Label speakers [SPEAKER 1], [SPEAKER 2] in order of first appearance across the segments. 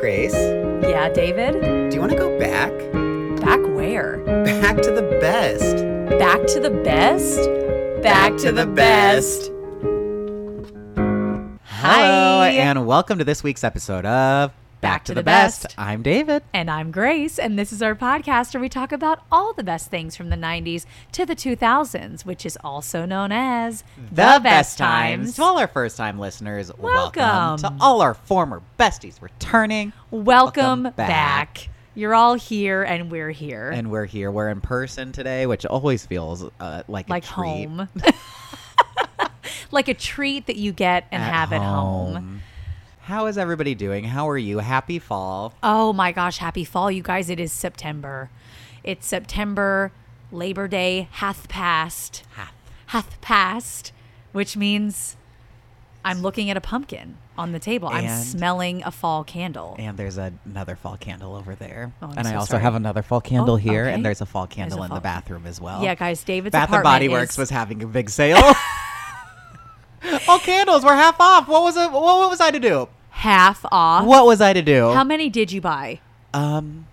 [SPEAKER 1] Grace, do
[SPEAKER 2] Yeah, David?
[SPEAKER 1] you want to go back?
[SPEAKER 2] Back where?
[SPEAKER 1] Back to the best.
[SPEAKER 2] Back to the best? Back, Hi.
[SPEAKER 1] Hello, and welcome to this week's episode of Back, to, the, best. I'm David.
[SPEAKER 2] And I'm Grace, and this is our podcast where we talk about all the best things from the 90s to the 2000s, which is also known as
[SPEAKER 1] To all our first time listeners, welcome.
[SPEAKER 2] Welcome.
[SPEAKER 1] to all our former besties returning. Welcome
[SPEAKER 2] Welcome, back.
[SPEAKER 1] back.
[SPEAKER 2] You're all here, and we're here.
[SPEAKER 1] And we're here. We're in person today, which always feels uh, like
[SPEAKER 2] like
[SPEAKER 1] a treat.
[SPEAKER 2] home. like a treat that you get and have at home.
[SPEAKER 1] How is everybody doing? How are you? Happy fall.
[SPEAKER 2] Oh my gosh, happy fall, you guys. It is September. It's September. Labor Day hath passed. Hath passed, which means I'm looking at a pumpkin on the table. I'm
[SPEAKER 1] And-
[SPEAKER 2] smelling a fall candle.
[SPEAKER 1] And there's another fall candle over there.
[SPEAKER 2] Oh, I'm
[SPEAKER 1] and I
[SPEAKER 2] so
[SPEAKER 1] also
[SPEAKER 2] sorry.
[SPEAKER 1] have another fall candle
[SPEAKER 2] Oh,
[SPEAKER 1] here,
[SPEAKER 2] okay.
[SPEAKER 1] and there's a fall
[SPEAKER 2] There's a
[SPEAKER 1] candle in
[SPEAKER 2] fall-
[SPEAKER 1] the bathroom as well.
[SPEAKER 2] yeah, guys, David's
[SPEAKER 1] Bath and
[SPEAKER 2] apartment
[SPEAKER 1] Body Works
[SPEAKER 2] is-
[SPEAKER 1] was having a big sale. All candles were half off. What was it? What, what was I to do?
[SPEAKER 2] half off.
[SPEAKER 1] What was I to do?
[SPEAKER 2] How many did you buy?
[SPEAKER 1] um,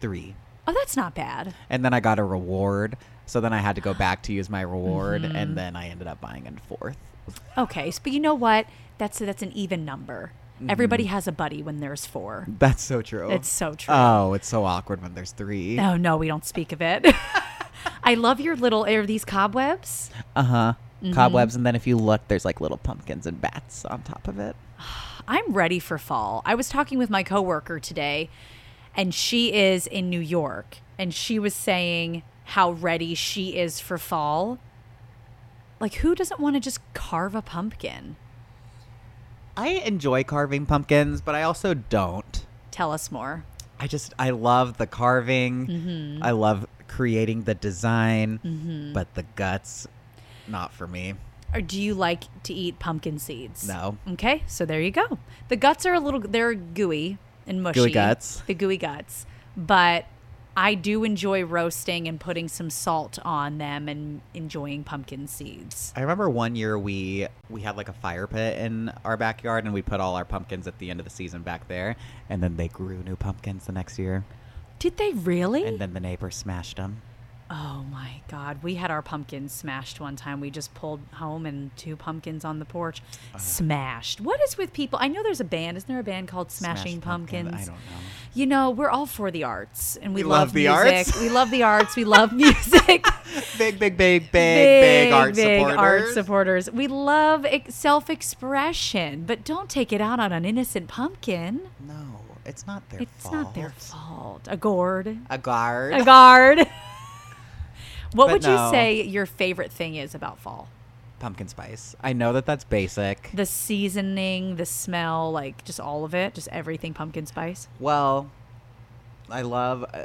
[SPEAKER 1] three.
[SPEAKER 2] Oh, that's not bad.
[SPEAKER 1] And then I got a reward. So then I had to go back to use my reward,
[SPEAKER 2] Mm-hmm.
[SPEAKER 1] and then I ended up buying a fourth.
[SPEAKER 2] Okay, s- but you know what? That's that's an even number.
[SPEAKER 1] Mm.
[SPEAKER 2] Everybody has a buddy when there's four.
[SPEAKER 1] That's so true.
[SPEAKER 2] It's so true.
[SPEAKER 1] Oh, it's so awkward when there's three.
[SPEAKER 2] Oh no, we don't speak of it. I love your little are these cobwebs.
[SPEAKER 1] Uh huh.
[SPEAKER 2] Mm-hmm.
[SPEAKER 1] Cobwebs, and then if you look, there's like little pumpkins and bats on top of it.
[SPEAKER 2] I'm ready for fall. I was talking with my coworker today, and she is in New York, and she was saying how ready she is for fall. Like, who doesn't want to just carve a pumpkin?
[SPEAKER 1] I enjoy carving pumpkins, but I also don't.
[SPEAKER 2] Tell us more.
[SPEAKER 1] I just I love the carving.
[SPEAKER 2] Mm-hmm.
[SPEAKER 1] I love creating the design, but the guts, not for me.
[SPEAKER 2] Or do you like to eat pumpkin seeds?
[SPEAKER 1] No.
[SPEAKER 2] Okay, so there you go. The guts are a little they're gooey and mushy.
[SPEAKER 1] guts.
[SPEAKER 2] The gooey guts. But I do enjoy roasting and putting some salt on them and enjoying pumpkin seeds.
[SPEAKER 1] I remember one year we we had like a fire pit in our backyard, and we put all our pumpkins at the end of the season back there, and then they grew new pumpkins the next year,
[SPEAKER 2] Did they really?
[SPEAKER 1] and then the neighbors smashed them.
[SPEAKER 2] Oh my God. We had our pumpkins smashed one time. We just pulled home and two pumpkins on the porch.
[SPEAKER 1] Uh-huh.
[SPEAKER 2] Smashed. What is with people? I know there's a band. Isn't there a band called Smashing
[SPEAKER 1] Smashed pumpkins,
[SPEAKER 2] Pumpkins?
[SPEAKER 1] I don't know.
[SPEAKER 2] You know, we're all for the arts and we,
[SPEAKER 1] We
[SPEAKER 2] love,
[SPEAKER 1] love the arts.
[SPEAKER 2] music. We love the arts. We love music.
[SPEAKER 1] Big, big, big, big, big art
[SPEAKER 2] big
[SPEAKER 1] supporters.
[SPEAKER 2] art supporters. We love ex- self expression, but don't take it out on an innocent pumpkin.
[SPEAKER 1] No, it's not their
[SPEAKER 2] It's
[SPEAKER 1] fault.
[SPEAKER 2] not their fault. A gourd.
[SPEAKER 1] A guard.
[SPEAKER 2] a guard. what
[SPEAKER 1] But
[SPEAKER 2] would
[SPEAKER 1] no.
[SPEAKER 2] you say your favorite thing is about fall?
[SPEAKER 1] Pumpkin spice. I know that that's basic.
[SPEAKER 2] The seasoning, the smell, like just all of it, just everything pumpkin spice.
[SPEAKER 1] Well, I love uh,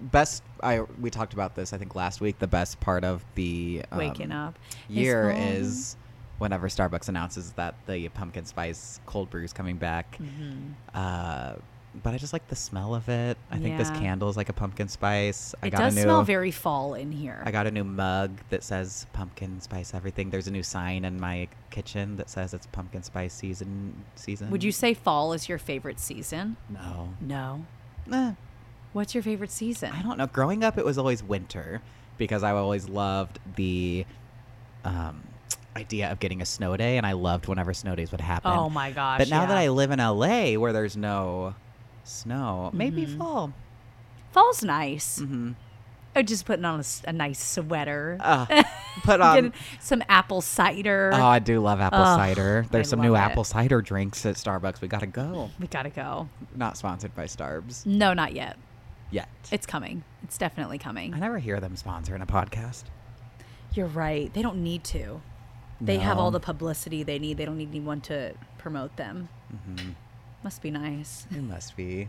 [SPEAKER 1] best. I we talked about this I think last week. The best part of the um,
[SPEAKER 2] Waking up. is
[SPEAKER 1] year
[SPEAKER 2] fall.
[SPEAKER 1] is whenever Starbucks announces that the pumpkin spice cold brew is coming back.
[SPEAKER 2] Mm-hmm.
[SPEAKER 1] Uh, but I just like the smell of it. I think this
[SPEAKER 2] Yeah.
[SPEAKER 1] candle is like a pumpkin spice. I
[SPEAKER 2] It
[SPEAKER 1] got
[SPEAKER 2] does
[SPEAKER 1] a new.
[SPEAKER 2] smell very fall in here.
[SPEAKER 1] I got a new mug that says pumpkin spice everything. There's a new sign in my kitchen that says it's pumpkin spice season season.
[SPEAKER 2] would you say fall is your favorite season?
[SPEAKER 1] No.
[SPEAKER 2] No.
[SPEAKER 1] Eh.
[SPEAKER 2] What's your favorite season?
[SPEAKER 1] I don't know. Growing up, it was always winter because I always loved the um, idea of getting a snow day, and I loved whenever snow days would happen.
[SPEAKER 2] Oh my gosh.
[SPEAKER 1] But now that I
[SPEAKER 2] yeah.
[SPEAKER 1] live in LA, where there's no snow, maybe
[SPEAKER 2] Mm-hmm.
[SPEAKER 1] fall.
[SPEAKER 2] fall's nice.
[SPEAKER 1] Mm-hmm.
[SPEAKER 2] Oh, just putting on a, s- a nice sweater.
[SPEAKER 1] Uh, put on.
[SPEAKER 2] Getting some apple cider.
[SPEAKER 1] Oh, I do love apple
[SPEAKER 2] Ugh,
[SPEAKER 1] cider. There's
[SPEAKER 2] I
[SPEAKER 1] some new
[SPEAKER 2] love it.
[SPEAKER 1] apple cider drinks at Starbucks. We gotta go.
[SPEAKER 2] we gotta go.
[SPEAKER 1] Not sponsored by Starbs
[SPEAKER 2] No, not yet.
[SPEAKER 1] yet.
[SPEAKER 2] It's coming. It's definitely coming.
[SPEAKER 1] I never hear them sponsoring a podcast.
[SPEAKER 2] You're right. They don't need to. They have all
[SPEAKER 1] No.
[SPEAKER 2] the publicity they need. They don't need anyone to promote them.
[SPEAKER 1] Mm-hmm.
[SPEAKER 2] Must be nice.
[SPEAKER 1] It must be.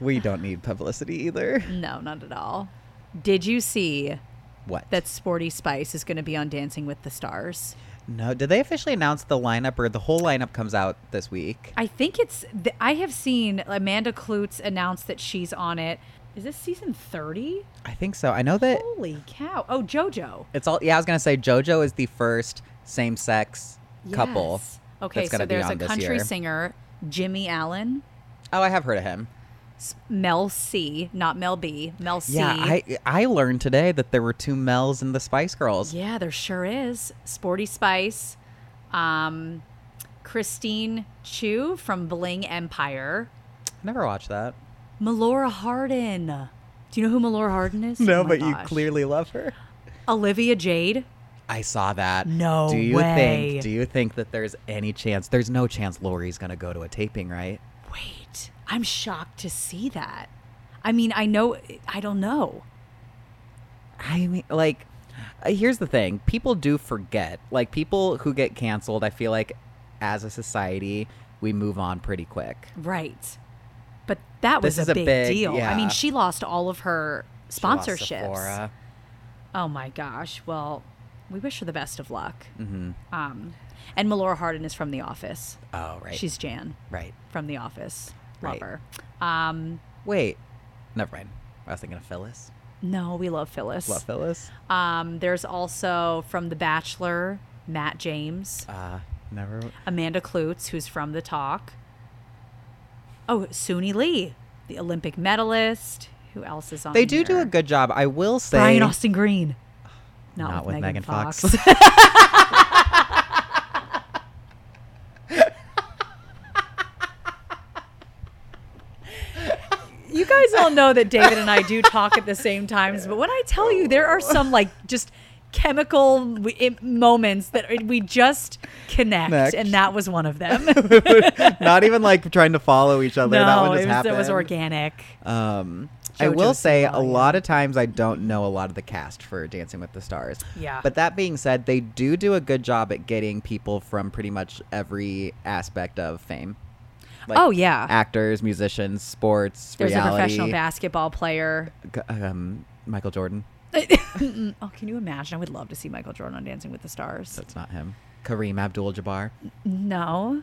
[SPEAKER 1] We don't need publicity either.
[SPEAKER 2] No, not at all. Did you see
[SPEAKER 1] What?
[SPEAKER 2] that Sporty Spice is going to be on Dancing with the Stars?
[SPEAKER 1] No, did they officially announce the lineup or the whole lineup comes out this week?
[SPEAKER 2] I think it's. Th- I have seen Amanda Klutz announce that she's on it. Is this season 30?
[SPEAKER 1] I think so. I know that
[SPEAKER 2] Holy cow. Oh, JoJo.
[SPEAKER 1] it's all. Yeah, I was gonna say JoJo is the first same-sex couple.
[SPEAKER 2] Yes. Okay,
[SPEAKER 1] that's gonna
[SPEAKER 2] so
[SPEAKER 1] be
[SPEAKER 2] there's
[SPEAKER 1] on
[SPEAKER 2] a
[SPEAKER 1] this
[SPEAKER 2] country
[SPEAKER 1] year.
[SPEAKER 2] singer, Jimmy Allen,
[SPEAKER 1] Oh, I have heard of him.
[SPEAKER 2] S- Mel C, not Mel B, Mel C.
[SPEAKER 1] Yeah, I I learned today that there were two Mels in the Spice Girls.
[SPEAKER 2] Yeah, there sure is. Sporty Spice, um, Christine Chu from Bling Empire,
[SPEAKER 1] I never watched that.
[SPEAKER 2] Melora Hardin. Do you know who Melora Hardin is? Oh my gosh.
[SPEAKER 1] love her.
[SPEAKER 2] Olivia Jade.
[SPEAKER 1] I saw that.
[SPEAKER 2] No
[SPEAKER 1] Do you
[SPEAKER 2] way.
[SPEAKER 1] think do you think that there's any chance there's no chance Lori's gonna go to a taping, right?
[SPEAKER 2] Wait, I'm shocked to see that. I mean, I know, I don't know.
[SPEAKER 1] I mean, like, uh, here's the thing: people do forget. Like, people who get canceled, I feel like, as a society, we move on pretty quick.
[SPEAKER 2] Right. But that
[SPEAKER 1] This
[SPEAKER 2] was
[SPEAKER 1] is
[SPEAKER 2] a,
[SPEAKER 1] a
[SPEAKER 2] big,
[SPEAKER 1] big-
[SPEAKER 2] deal. I mean,
[SPEAKER 1] yeah.
[SPEAKER 2] she lost all of her
[SPEAKER 1] She lost
[SPEAKER 2] sponsorships.
[SPEAKER 1] Sephora.
[SPEAKER 2] Oh my gosh. Well, we wish her the best of luck.
[SPEAKER 1] Mm.
[SPEAKER 2] Mm-hmm. Um, and Melora Hardin is from The Office.
[SPEAKER 1] Oh right,
[SPEAKER 2] She's Jan
[SPEAKER 1] right.
[SPEAKER 2] from The Office. Love
[SPEAKER 1] Right.
[SPEAKER 2] her. Um,
[SPEAKER 1] Wait, never mind. I was thinking of Phyllis.
[SPEAKER 2] no, we love Phyllis.
[SPEAKER 1] Love Phyllis.
[SPEAKER 2] Um, there's also from The Bachelor, Matt James,
[SPEAKER 1] Uh, never.
[SPEAKER 2] Amanda Klutz, who's from The Talk. Oh, Suni Lee, the Olympic medalist. Who else is on?
[SPEAKER 1] They do do
[SPEAKER 2] here?
[SPEAKER 1] a good job. I will say.
[SPEAKER 2] Brian Austin Green. Not,
[SPEAKER 1] Not
[SPEAKER 2] with,
[SPEAKER 1] with Megan
[SPEAKER 2] Megan Fox.
[SPEAKER 1] Fox.
[SPEAKER 2] you guys all know that David and I do talk at the same times, but when I tell you there are some like just chemical w- im- moments that we just connect,
[SPEAKER 1] Next.
[SPEAKER 2] and that was one of them.
[SPEAKER 1] Not even like trying to follow each other. that
[SPEAKER 2] no,
[SPEAKER 1] one just
[SPEAKER 2] it was, it was
[SPEAKER 1] happened.
[SPEAKER 2] organic.
[SPEAKER 1] Um, I
[SPEAKER 2] JoJo
[SPEAKER 1] will say a
[SPEAKER 2] Siwa, yeah.
[SPEAKER 1] lot of times I don't know a lot of the cast for Dancing with the Stars.
[SPEAKER 2] Yeah.
[SPEAKER 1] But that being said, they do do a good job at getting people from pretty much every aspect of fame. Like
[SPEAKER 2] Oh, yeah.
[SPEAKER 1] actors, musicians, sports,
[SPEAKER 2] There's
[SPEAKER 1] reality.
[SPEAKER 2] a professional basketball player.
[SPEAKER 1] g- um, Michael Jordan.
[SPEAKER 2] Oh, can you imagine? I would love to see Michael Jordan on Dancing with the Stars.
[SPEAKER 1] That's not him. Kareem Abdul-Jabbar,
[SPEAKER 2] No,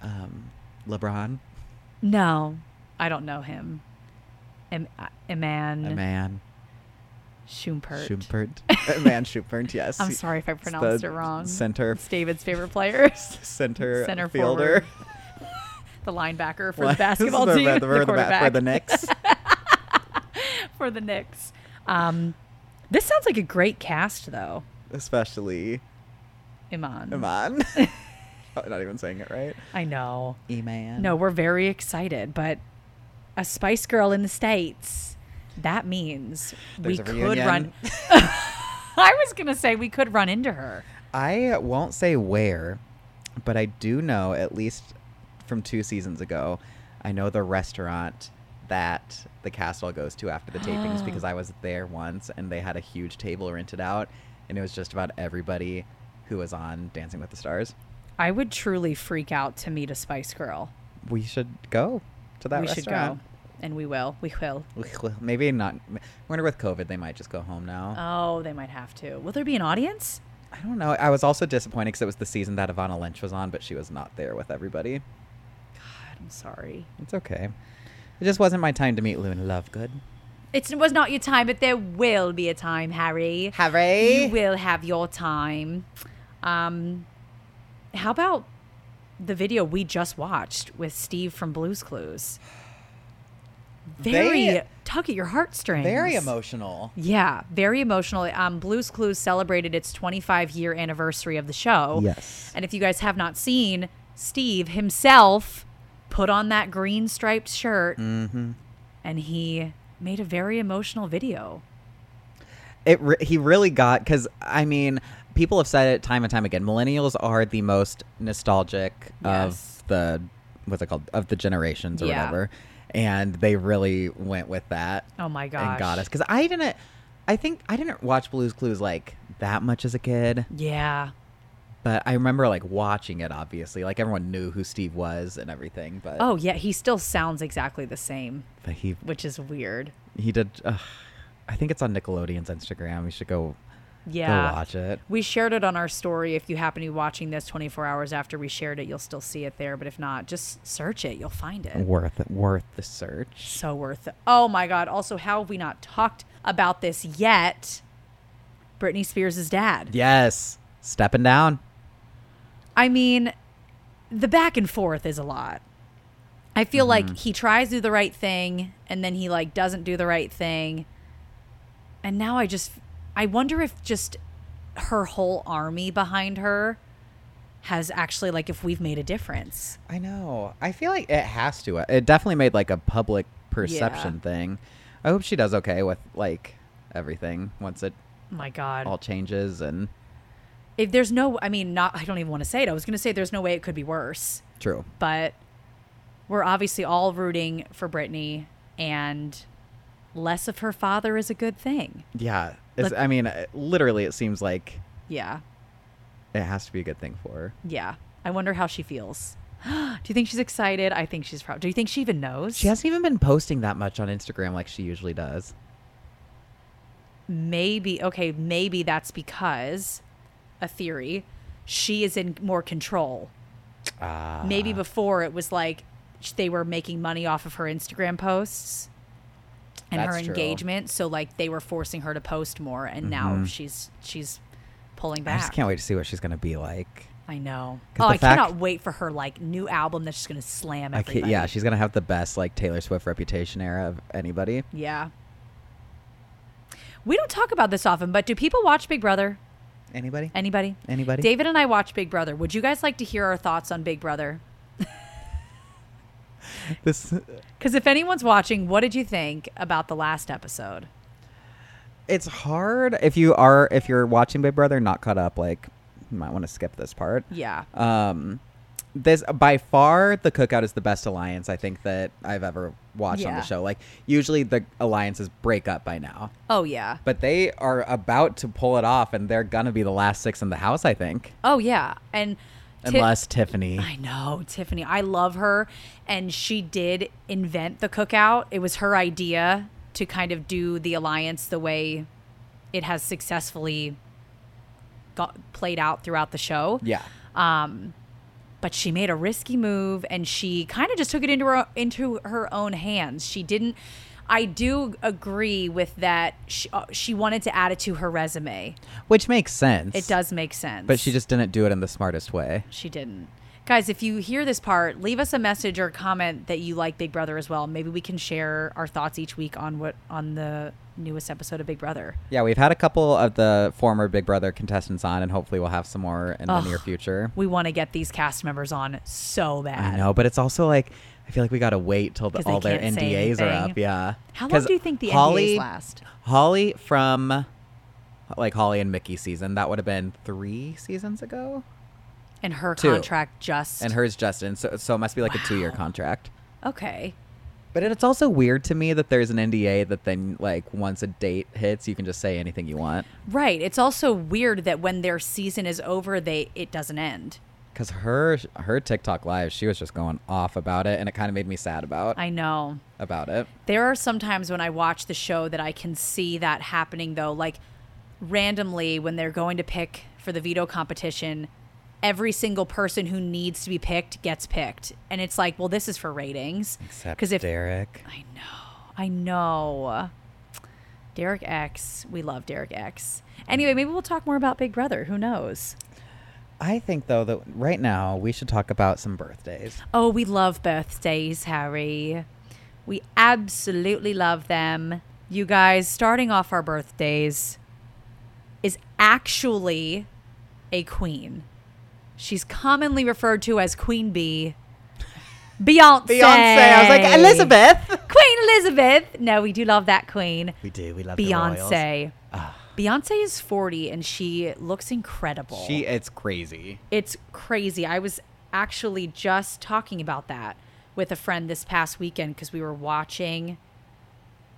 [SPEAKER 1] um, LeBron,
[SPEAKER 2] no, I don't know him. Im- uh, Iman,
[SPEAKER 1] a man,
[SPEAKER 2] Schumpert.
[SPEAKER 1] Schumpert, a man Schumpert. Yes.
[SPEAKER 2] I'm sorry if I pronounced it wrong.
[SPEAKER 1] Center,
[SPEAKER 2] It's David's favorite player,
[SPEAKER 1] center,
[SPEAKER 2] center
[SPEAKER 1] fielder.
[SPEAKER 2] forward, the linebacker for
[SPEAKER 1] Well,
[SPEAKER 2] the basketball
[SPEAKER 1] the,
[SPEAKER 2] team,
[SPEAKER 1] the-
[SPEAKER 2] the,
[SPEAKER 1] for the-
[SPEAKER 2] quarterback
[SPEAKER 1] for the Knicks.
[SPEAKER 2] for the Knicks. Um, this sounds like a great cast, though.
[SPEAKER 1] especially
[SPEAKER 2] Iman,
[SPEAKER 1] Iman. Probably not even saying it right.
[SPEAKER 2] I know.
[SPEAKER 1] Iman.
[SPEAKER 2] No, we're very excited, but a Spice Girl in the states. That means
[SPEAKER 1] There's
[SPEAKER 2] we
[SPEAKER 1] a
[SPEAKER 2] could
[SPEAKER 1] reunion.
[SPEAKER 2] run. I was gonna say we could run into her.
[SPEAKER 1] I won't say where, but I do know at least from two seasons ago. I know the restaurant that the cast all goes to after the tapings because I was there once and they had a huge table rented out and it was just about everybody who was on Dancing with the Stars.
[SPEAKER 2] I would truly freak out to meet a Spice Girl.
[SPEAKER 1] We should go to that
[SPEAKER 2] we should go,
[SPEAKER 1] restaurant.
[SPEAKER 2] and we will. We will.
[SPEAKER 1] Well, Maybe not. I wonder with COVID, they might just go home now.
[SPEAKER 2] Oh, they might have to. Will there be an audience?
[SPEAKER 1] I don't know. I was also disappointed because it was the season that Ivana Lynch was on, but she was not there with everybody.
[SPEAKER 2] I'm sorry.
[SPEAKER 1] It's okay. It just wasn't my time to meet Lou and Lovegood.
[SPEAKER 2] It's, it was not your time, but there will be a time, Harry.
[SPEAKER 1] Harry.
[SPEAKER 2] You will have your time. Um, how about the video we just watched with Steve from Blues Clues? Very
[SPEAKER 1] They-
[SPEAKER 2] tug at your heartstrings.
[SPEAKER 1] Very emotional.
[SPEAKER 2] Yeah, very emotional. Um, Blues Clues celebrated its 25 year anniversary of the show.
[SPEAKER 1] Yes.
[SPEAKER 2] And if you guys have not seen, Steve himself put on that green striped shirt
[SPEAKER 1] Mm-hmm.
[SPEAKER 2] and he made a very emotional video.
[SPEAKER 1] It re- he really got because I mean people have said it time and time again. Millennials are the most nostalgic
[SPEAKER 2] Yes.
[SPEAKER 1] of the what's it called of the generations or
[SPEAKER 2] Yeah.
[SPEAKER 1] whatever, and they really went with that.
[SPEAKER 2] Oh my gosh.
[SPEAKER 1] and got us because I didn't. I think I didn't watch Blue's Clues like that much as a kid.
[SPEAKER 2] Yeah.
[SPEAKER 1] But I remember like watching it obviously. Like everyone knew who Steve was and everything, but
[SPEAKER 2] Oh, yeah. He still sounds exactly the same,
[SPEAKER 1] but he
[SPEAKER 2] which is weird.
[SPEAKER 1] he did uh, I think it's on Nickelodeon's Instagram. We should go
[SPEAKER 2] Yeah.
[SPEAKER 1] go watch it.
[SPEAKER 2] We shared it on our story. If you happen to be watching this 24 hours after we shared it, you'll still see it there. But if not, just search it. You'll find it.
[SPEAKER 1] Worth worth the search.
[SPEAKER 2] So worth it. Oh my God. Also, how have we not talked about this yet? Britney Spears' dad.
[SPEAKER 1] Yes. Stepping down.
[SPEAKER 2] I mean, the back and forth is a lot. I feel like he tries to do the right thing and then he like doesn't do the right thing. And now I just I wonder if just her whole army behind her has actually like if we've made a difference.
[SPEAKER 1] I know. I feel like it has to. It definitely made like a public perception
[SPEAKER 2] Yeah.
[SPEAKER 1] thing. I hope she does okay with like everything once it
[SPEAKER 2] My god.
[SPEAKER 1] all changes and
[SPEAKER 2] if there's no I mean not I don't even want to say it. I was going to say there's no way it could be worse.
[SPEAKER 1] true.
[SPEAKER 2] but we're obviously all rooting for Britney, and less of her father is a good thing.
[SPEAKER 1] Yeah. It's,
[SPEAKER 2] Let-
[SPEAKER 1] I mean, uh, literally, it seems like
[SPEAKER 2] Yeah,
[SPEAKER 1] it has to be a good thing for her.
[SPEAKER 2] yeah. I wonder how she feels. Do you think she's excited? I think she's proud. Do you think she even knows?
[SPEAKER 1] She hasn't even been posting that much on Instagram like she usually does.
[SPEAKER 2] maybe okay. Maybe that's because a theory. She is in more control.
[SPEAKER 1] Ah.
[SPEAKER 2] Maybe before it was like sh- they were making money off of her Instagram posts and her
[SPEAKER 1] That's true.
[SPEAKER 2] engagement, so like they were forcing her to post more, and now she's she's pulling
[SPEAKER 1] Mm-hmm. I
[SPEAKER 2] back.
[SPEAKER 1] just can't wait to see what she's gonna be like.
[SPEAKER 2] I know.
[SPEAKER 1] 'Cause
[SPEAKER 2] Oh,
[SPEAKER 1] the
[SPEAKER 2] I
[SPEAKER 1] fact-
[SPEAKER 2] cannot wait for her like new album that she's gonna slam
[SPEAKER 1] I can't,
[SPEAKER 2] everybody.
[SPEAKER 1] yeah, she's gonna have the best like Taylor Swift reputation era of anybody.
[SPEAKER 2] yeah. We don't talk about this often, but do people watch Big Brother?
[SPEAKER 1] Anybody?
[SPEAKER 2] Anybody?
[SPEAKER 1] Anybody?
[SPEAKER 2] David and I watch Big Brother. Would you guys like to hear our thoughts on Big Brother?
[SPEAKER 1] This
[SPEAKER 2] Because if anyone's watching, what did you think about the last episode?
[SPEAKER 1] it's hard if you are if you're watching Big Brother not caught up like you might want to skip this part.
[SPEAKER 2] Yeah.
[SPEAKER 1] Um this by far the cookout is the best alliance I think that I've ever watched on
[SPEAKER 2] Yeah.
[SPEAKER 1] the show. Like usually the alliances break up by now.
[SPEAKER 2] Oh yeah.
[SPEAKER 1] But they are about to pull it off and they're gonna be the last six in the house, I think.
[SPEAKER 2] Oh yeah. And Ti-
[SPEAKER 1] Unless Tiffany
[SPEAKER 2] I know Tiffany. I love her, and she did invent the cookout. It was her idea to kind of do the alliance the way it has successfully got played out throughout the show.
[SPEAKER 1] Yeah.
[SPEAKER 2] But she made a risky move, and she kind of just took it into her into her own hands. She didn't. I do agree with that. She, uh, she wanted to add it to her resume.
[SPEAKER 1] Which makes sense.
[SPEAKER 2] It does make sense.
[SPEAKER 1] But she just didn't do it in the smartest way.
[SPEAKER 2] She didn't. Guys, if you hear this part, leave us a message or comment that you like Big Brother as well. Maybe we can share our thoughts each week on what on the newest episode of Big Brother.
[SPEAKER 1] Yeah, we've had a couple of the former Big Brother contestants on, and hopefully we'll have some more in
[SPEAKER 2] Ugh.
[SPEAKER 1] the near future.
[SPEAKER 2] We want to get these cast members on so bad.
[SPEAKER 1] I know, but it's also like I feel like we gotta wait till the,
[SPEAKER 2] 'Cause they
[SPEAKER 1] all their
[SPEAKER 2] can't say
[SPEAKER 1] NDAs are up.
[SPEAKER 2] anything.
[SPEAKER 1] Yeah.
[SPEAKER 2] How long
[SPEAKER 1] 'Cause
[SPEAKER 2] do you think the
[SPEAKER 1] Holly,
[SPEAKER 2] NDAs last?
[SPEAKER 1] Holly from like Holly and Mickey season that would have been three seasons ago,
[SPEAKER 2] And her
[SPEAKER 1] Two.
[SPEAKER 2] contract just
[SPEAKER 1] and hers Justin. So so it must be like a two year
[SPEAKER 2] Wow.
[SPEAKER 1] contract.
[SPEAKER 2] okay.
[SPEAKER 1] But it's also weird to me that there's an NDA that then like once a date hits, you can just say anything you want.
[SPEAKER 2] Right. It's also weird that when their season is over, they it doesn't end.
[SPEAKER 1] Cause her her TikTok live, she was just going off about it, and it kind of made me sad about
[SPEAKER 2] I know.
[SPEAKER 1] about it.
[SPEAKER 2] There are sometimes when I watch the show that I can see that happening though, like randomly when they're going to pick for the veto competition, every single person who needs to be picked gets picked. And it's like, well, this is for ratings. if
[SPEAKER 1] Derek,
[SPEAKER 2] I know, I know. Derek X, we love Derek X. Anyway, maybe we'll talk more about Big Brother. Who knows?
[SPEAKER 1] I think though that right now we should talk about some birthdays.
[SPEAKER 2] Oh, we love birthdays, Harry. We absolutely love them. You guys, starting off our birthdays is actually a queen. She's commonly referred to as Queen Bee. Beyonce.
[SPEAKER 1] Elizabeth.
[SPEAKER 2] Queen Elizabeth. No, we do love that queen.
[SPEAKER 1] We do. We love
[SPEAKER 2] Beyonce. Beyonce is 40 and she looks incredible.
[SPEAKER 1] She it's crazy.
[SPEAKER 2] It's crazy. I was actually just talking about that with a friend this past weekend because we were watching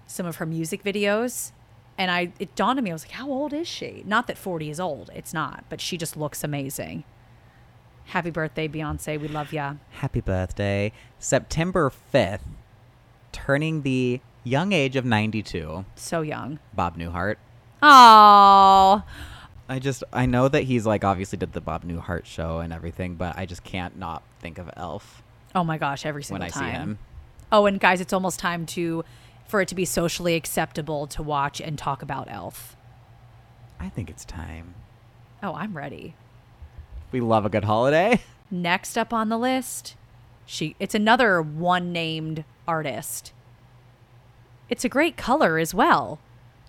[SPEAKER 2] some of her music videos and I it dawned on me I was like how old is she? Not that 40 is old. It's not, but she just looks amazing. Happy birthday Beyonce. We love ya.
[SPEAKER 1] Happy birthday, September fifth, turning the young age of ninety-two.
[SPEAKER 2] So young.
[SPEAKER 1] Bob Newhart.
[SPEAKER 2] Oh.
[SPEAKER 1] I just I know that he's like obviously did the Bob Newhart show and everything, but I just can't not think of Elf
[SPEAKER 2] Oh my gosh, every single
[SPEAKER 1] when I
[SPEAKER 2] time.
[SPEAKER 1] see him.
[SPEAKER 2] Oh, and guys, it's almost time to for it to be socially acceptable to watch and talk about Elf.
[SPEAKER 1] I think it's time.
[SPEAKER 2] Oh, I'm ready.
[SPEAKER 1] We love a good holiday.
[SPEAKER 2] Next up on the list, She it's another one named artist. It's a great color as well.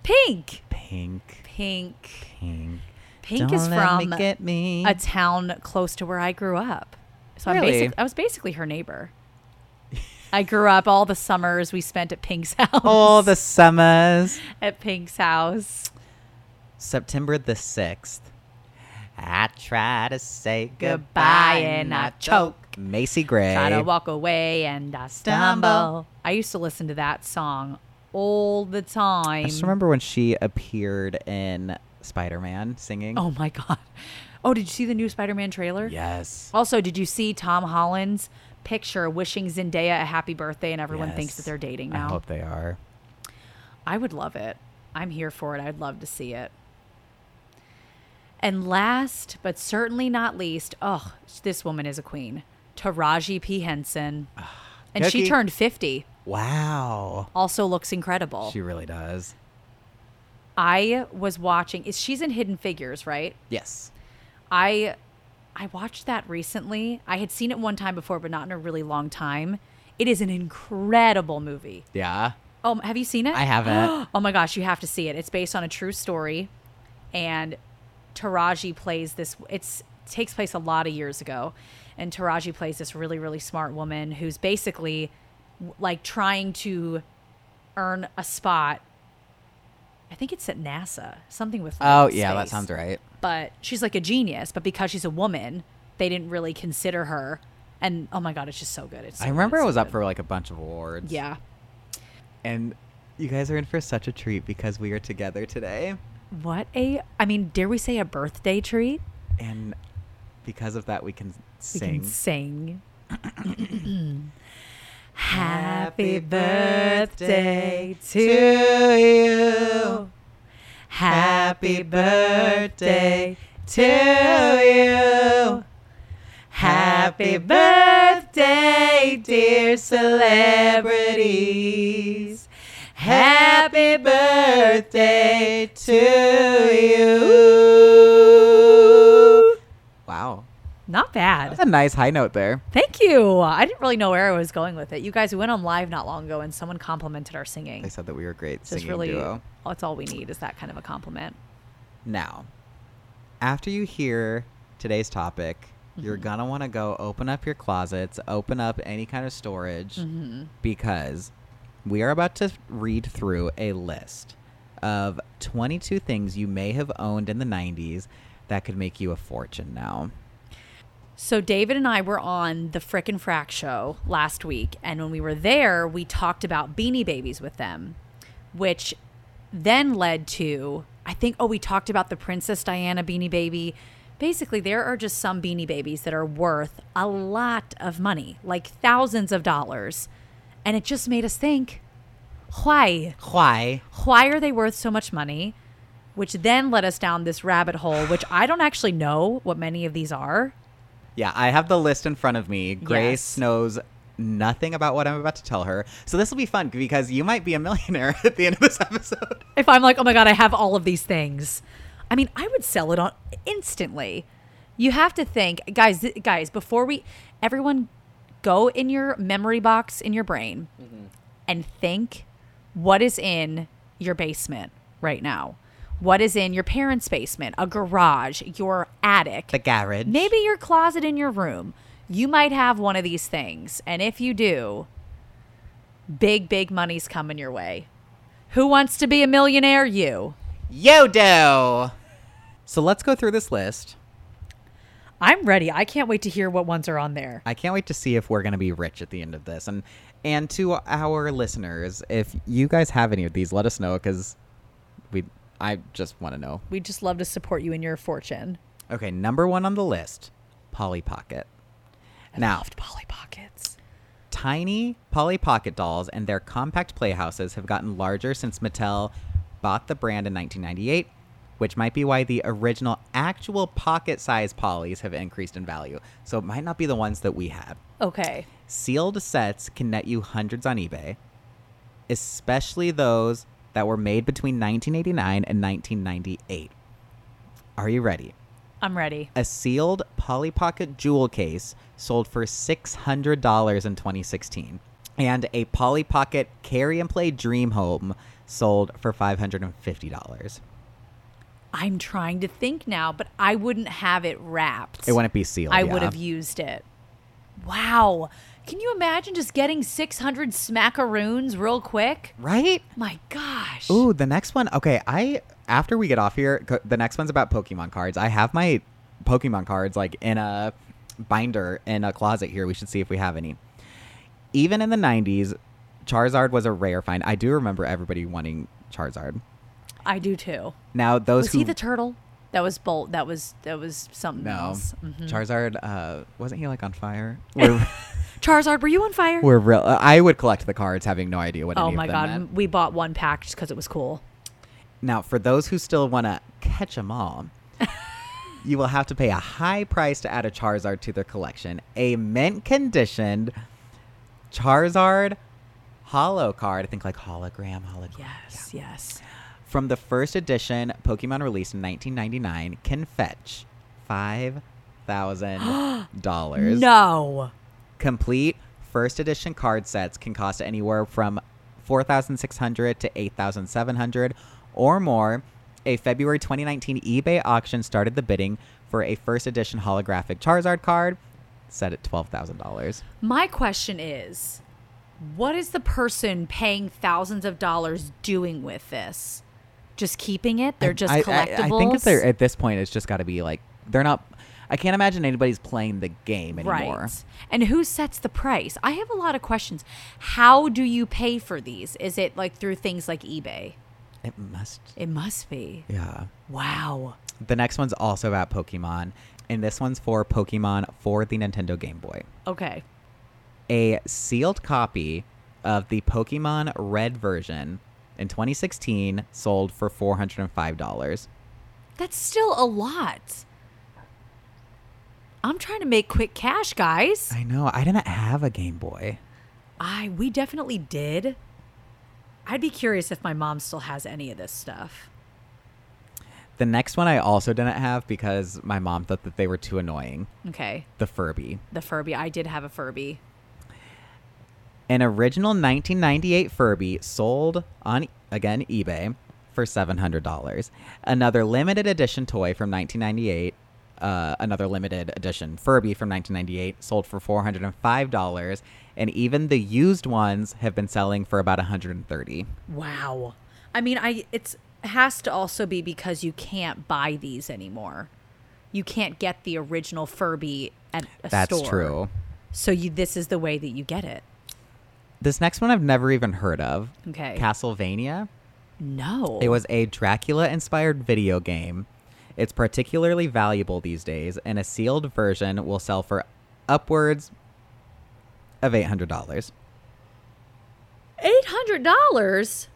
[SPEAKER 2] Pink.
[SPEAKER 1] Pink.
[SPEAKER 2] Pink.
[SPEAKER 1] Pink.
[SPEAKER 2] Pink
[SPEAKER 1] Don't
[SPEAKER 2] is
[SPEAKER 1] let
[SPEAKER 2] from
[SPEAKER 1] me get me.
[SPEAKER 2] a town close to where I grew up. So I'm
[SPEAKER 1] Really?
[SPEAKER 2] basic, I was basically her neighbor. I grew up all the summers we spent at Pink's house.
[SPEAKER 1] All the summers.
[SPEAKER 2] at Pink's house.
[SPEAKER 1] September the 6th. I try to say
[SPEAKER 2] Goodbye and I choke.
[SPEAKER 1] Macy Gray.
[SPEAKER 2] Try to walk away and I stumble.
[SPEAKER 1] Stumble.
[SPEAKER 2] I used to listen to that song all the time.
[SPEAKER 1] I just remember when she appeared in Spider Man singing.
[SPEAKER 2] Oh my god. Oh, did you see the new Spider-Man trailer?
[SPEAKER 1] yes.
[SPEAKER 2] Also, did you see Tom Holland's picture wishing Zendaya a happy birthday and everyone thinks
[SPEAKER 1] Yes.
[SPEAKER 2] that they're dating
[SPEAKER 1] I
[SPEAKER 2] now?
[SPEAKER 1] hope they are.
[SPEAKER 2] I would love it. I'm here for it. I'd love to see it. And last, but certainly not least, oh, this woman is a queen. Taraji P. Henson. And she
[SPEAKER 1] Cookie.
[SPEAKER 2] turned 50.
[SPEAKER 1] Wow.
[SPEAKER 2] Also looks incredible.
[SPEAKER 1] She really does.
[SPEAKER 2] I was watching is she's in Hidden Figures, right?
[SPEAKER 1] Yes.
[SPEAKER 2] I I watched that recently. I had seen it one time before, but not in a really long time. It is an incredible movie.
[SPEAKER 1] Yeah.
[SPEAKER 2] Oh, have you seen it?
[SPEAKER 1] I haven't.
[SPEAKER 2] oh my gosh, you have to see it. It's based on a true story, and Taraji plays this. It's takes place a lot of years ago, and Taraji plays this really really smart woman who's basically w- like trying to earn a spot. I think it's at NASA, something with.
[SPEAKER 1] Oh,
[SPEAKER 2] space
[SPEAKER 1] yeah, that sounds right.
[SPEAKER 2] but she's like a genius. But because she's a woman, they didn't really consider her. And oh my god, it's just so good. It's so
[SPEAKER 1] I remember
[SPEAKER 2] good,
[SPEAKER 1] I
[SPEAKER 2] it's
[SPEAKER 1] was
[SPEAKER 2] so
[SPEAKER 1] up
[SPEAKER 2] good.
[SPEAKER 1] for like a bunch of awards.
[SPEAKER 2] yeah.
[SPEAKER 1] And you guys are in for such a treat because we are together today.
[SPEAKER 2] What a I mean, dare we say a birthday treat?
[SPEAKER 1] And because of that, we can sing.
[SPEAKER 2] We can sing. Happy birthday to you. Happy birthday to you. Happy birthday, dear celebrities. Happy birthday to you.
[SPEAKER 1] you. Wow.
[SPEAKER 2] Not bad.
[SPEAKER 1] That's a nice high note there.
[SPEAKER 2] Thank you. I didn't really know where I was going with it. You guys, we went on live not long ago and someone complimented our singing.
[SPEAKER 1] They said that we were a great
[SPEAKER 2] Just
[SPEAKER 1] singing
[SPEAKER 2] really,
[SPEAKER 1] duo.
[SPEAKER 2] that's all we need is that kind of a compliment.
[SPEAKER 1] Now, after you hear today's topic, you're gonna want to go open up your closets, open up any kind of storage, because we are about to read through a list of 22 things you may have owned in the 90s that could make you a fortune now.
[SPEAKER 2] So David and I were on the Frickin' Frack show last week, and when we were there, we talked about Beanie Babies with them, which then led to I think oh we talked about the Princess Diana Beanie Baby. Basically, there are just some Beanie Babies that are worth a lot of money, like thousands of dollars, and it just made us think, why?
[SPEAKER 1] Why?
[SPEAKER 2] why are they worth so much money? Which then led us down this rabbit hole, which I don't actually know what many of these are.
[SPEAKER 1] Yeah, I have the list in front of me. Grace
[SPEAKER 2] Yes.
[SPEAKER 1] knows nothing about what I'm about to tell her. So this will be fun because you might be a millionaire at the end of this episode.
[SPEAKER 2] If I'm like, oh my God, I have all of these things. I mean, I would sell it on instantly. You have to think, guys, th- guys, before we, everyone go in your memory box in your brain and think what is in your basement right now. What is in your parents' basement, a garage, your attic,
[SPEAKER 1] The garage.
[SPEAKER 2] Maybe your closet in your room. You might have one of these things. And if you do, big, big money's coming your way. Who wants to be a millionaire? You.
[SPEAKER 1] Yodo. So let's go through this list.
[SPEAKER 2] I'm ready. I can't wait to hear what ones are on there.
[SPEAKER 1] I can't wait to see if we're going to be rich at the end of this. And and to our listeners, if you guys have any of these, let us know cuz we I just want to know.
[SPEAKER 2] We'd just love to support you in your fortune.
[SPEAKER 1] Okay, number 1 on the list, Polly Pocket. Now,
[SPEAKER 2] Polly Pockets.
[SPEAKER 1] Tiny Polly Pocket dolls and their compact playhouses have gotten larger since Mattel bought the brand in 1998, which might be why the original actual pocket size Pollys have increased in value. So it might not be the ones that we had.
[SPEAKER 2] Okay.
[SPEAKER 1] Sealed sets can net you hundreds on eBay, especially those that were made between 1989 and 1998. Are you ready?
[SPEAKER 2] I'm ready.
[SPEAKER 1] A sealed Polly Pocket jewel case sold for $600 in 2016, and a Polly Pocket carry and play dream home sold for $550.
[SPEAKER 2] I'm trying to think now, but I wouldn't have it wrapped.
[SPEAKER 1] It wouldn't be sealed.
[SPEAKER 2] I
[SPEAKER 1] yeah.
[SPEAKER 2] would have used it. Wow. Can you imagine just getting 600 smackaroons real quick?
[SPEAKER 1] Right?
[SPEAKER 2] My gosh.
[SPEAKER 1] Ooh, the next one. Okay, I after we get off here, co- the next one's about Pokemon cards. I have my Pokemon cards like in a binder in a closet here. We should see if we have any. Even in the 90s, Charizard was a rare find. I do remember everybody wanting Charizard.
[SPEAKER 2] I do too.
[SPEAKER 1] Now those
[SPEAKER 2] Was
[SPEAKER 1] who
[SPEAKER 2] he the turtle? That was Bolt. That was that was something
[SPEAKER 1] no
[SPEAKER 2] else. Mhm.
[SPEAKER 1] Charizard uh, wasn't he like on fire? We're,
[SPEAKER 2] Charizard, were you on fire?
[SPEAKER 1] we're real. uh, I would collect the cards, having no idea what.
[SPEAKER 2] oh
[SPEAKER 1] any
[SPEAKER 2] my
[SPEAKER 1] of them
[SPEAKER 2] god,
[SPEAKER 1] meant.
[SPEAKER 2] we bought one pack just because it was cool.
[SPEAKER 1] Now, for those who still want to catch 'em all, you will have to pay a high price to add a Charizard to their collection. A mint conditioned Charizard hollow card, I think like hologram, hologram.
[SPEAKER 2] Yes, yes.
[SPEAKER 1] From the first edition Pokemon released in 1999, can fetch $5,000.
[SPEAKER 2] No.
[SPEAKER 1] Complete first edition card sets can cost anywhere from 4600 to 8700 or more. A February 2019 eBay auction started the bidding for a first edition holographic Charizard card set at $12,000.
[SPEAKER 2] My question is, what is the person paying thousands of dollars doing with this? Just keeping it? They're just
[SPEAKER 1] I- I,
[SPEAKER 2] collectibles.
[SPEAKER 1] I, think if they're, at this point, it's just got to be like, they're not. I can't imagine anybody's playing the game anymore.
[SPEAKER 2] Right. And who sets the price? I have a lot of questions. How do you pay for these? Is it like through things like eBay?
[SPEAKER 1] It must.
[SPEAKER 2] It must be.
[SPEAKER 1] Yeah.
[SPEAKER 2] Wow.
[SPEAKER 1] The next one's also about Pokemon, and this one's for Pokemon for the Nintendo Game Boy.
[SPEAKER 2] Okay.
[SPEAKER 1] a sealed copy of the Pokemon Red version in 2016 sold for $405.
[SPEAKER 2] That's still a lot. I'm trying to make quick cash, guys.
[SPEAKER 1] I know. I didn't have a Game Boy.
[SPEAKER 2] I we definitely did. I'd be curious if my mom still has any of this stuff.
[SPEAKER 1] The next one I also didn't have because my mom thought that they were too annoying.
[SPEAKER 2] Okay.
[SPEAKER 1] The Furby.
[SPEAKER 2] The Furby. I did have a Furby.
[SPEAKER 1] An original 1998 Furby sold on e, again eBay for $700. Another limited edition toy from 1998, uh, another limited edition Furby from 1998 sold for $405, and even the used ones have been selling for about 130.
[SPEAKER 2] Wow. I mean, I it's has to also be because you can't buy these anymore. You can't get the original Furby at a
[SPEAKER 1] That's
[SPEAKER 2] store.
[SPEAKER 1] true.
[SPEAKER 2] So you this is the way that you get it.
[SPEAKER 1] This next one I've never even heard of.
[SPEAKER 2] Okay.
[SPEAKER 1] Castlevania.
[SPEAKER 2] no.
[SPEAKER 1] It was a Dracula inspired video game. It's particularly valuable these days, and a sealed version will sell for upwards of $800.
[SPEAKER 2] eight hundred dollars.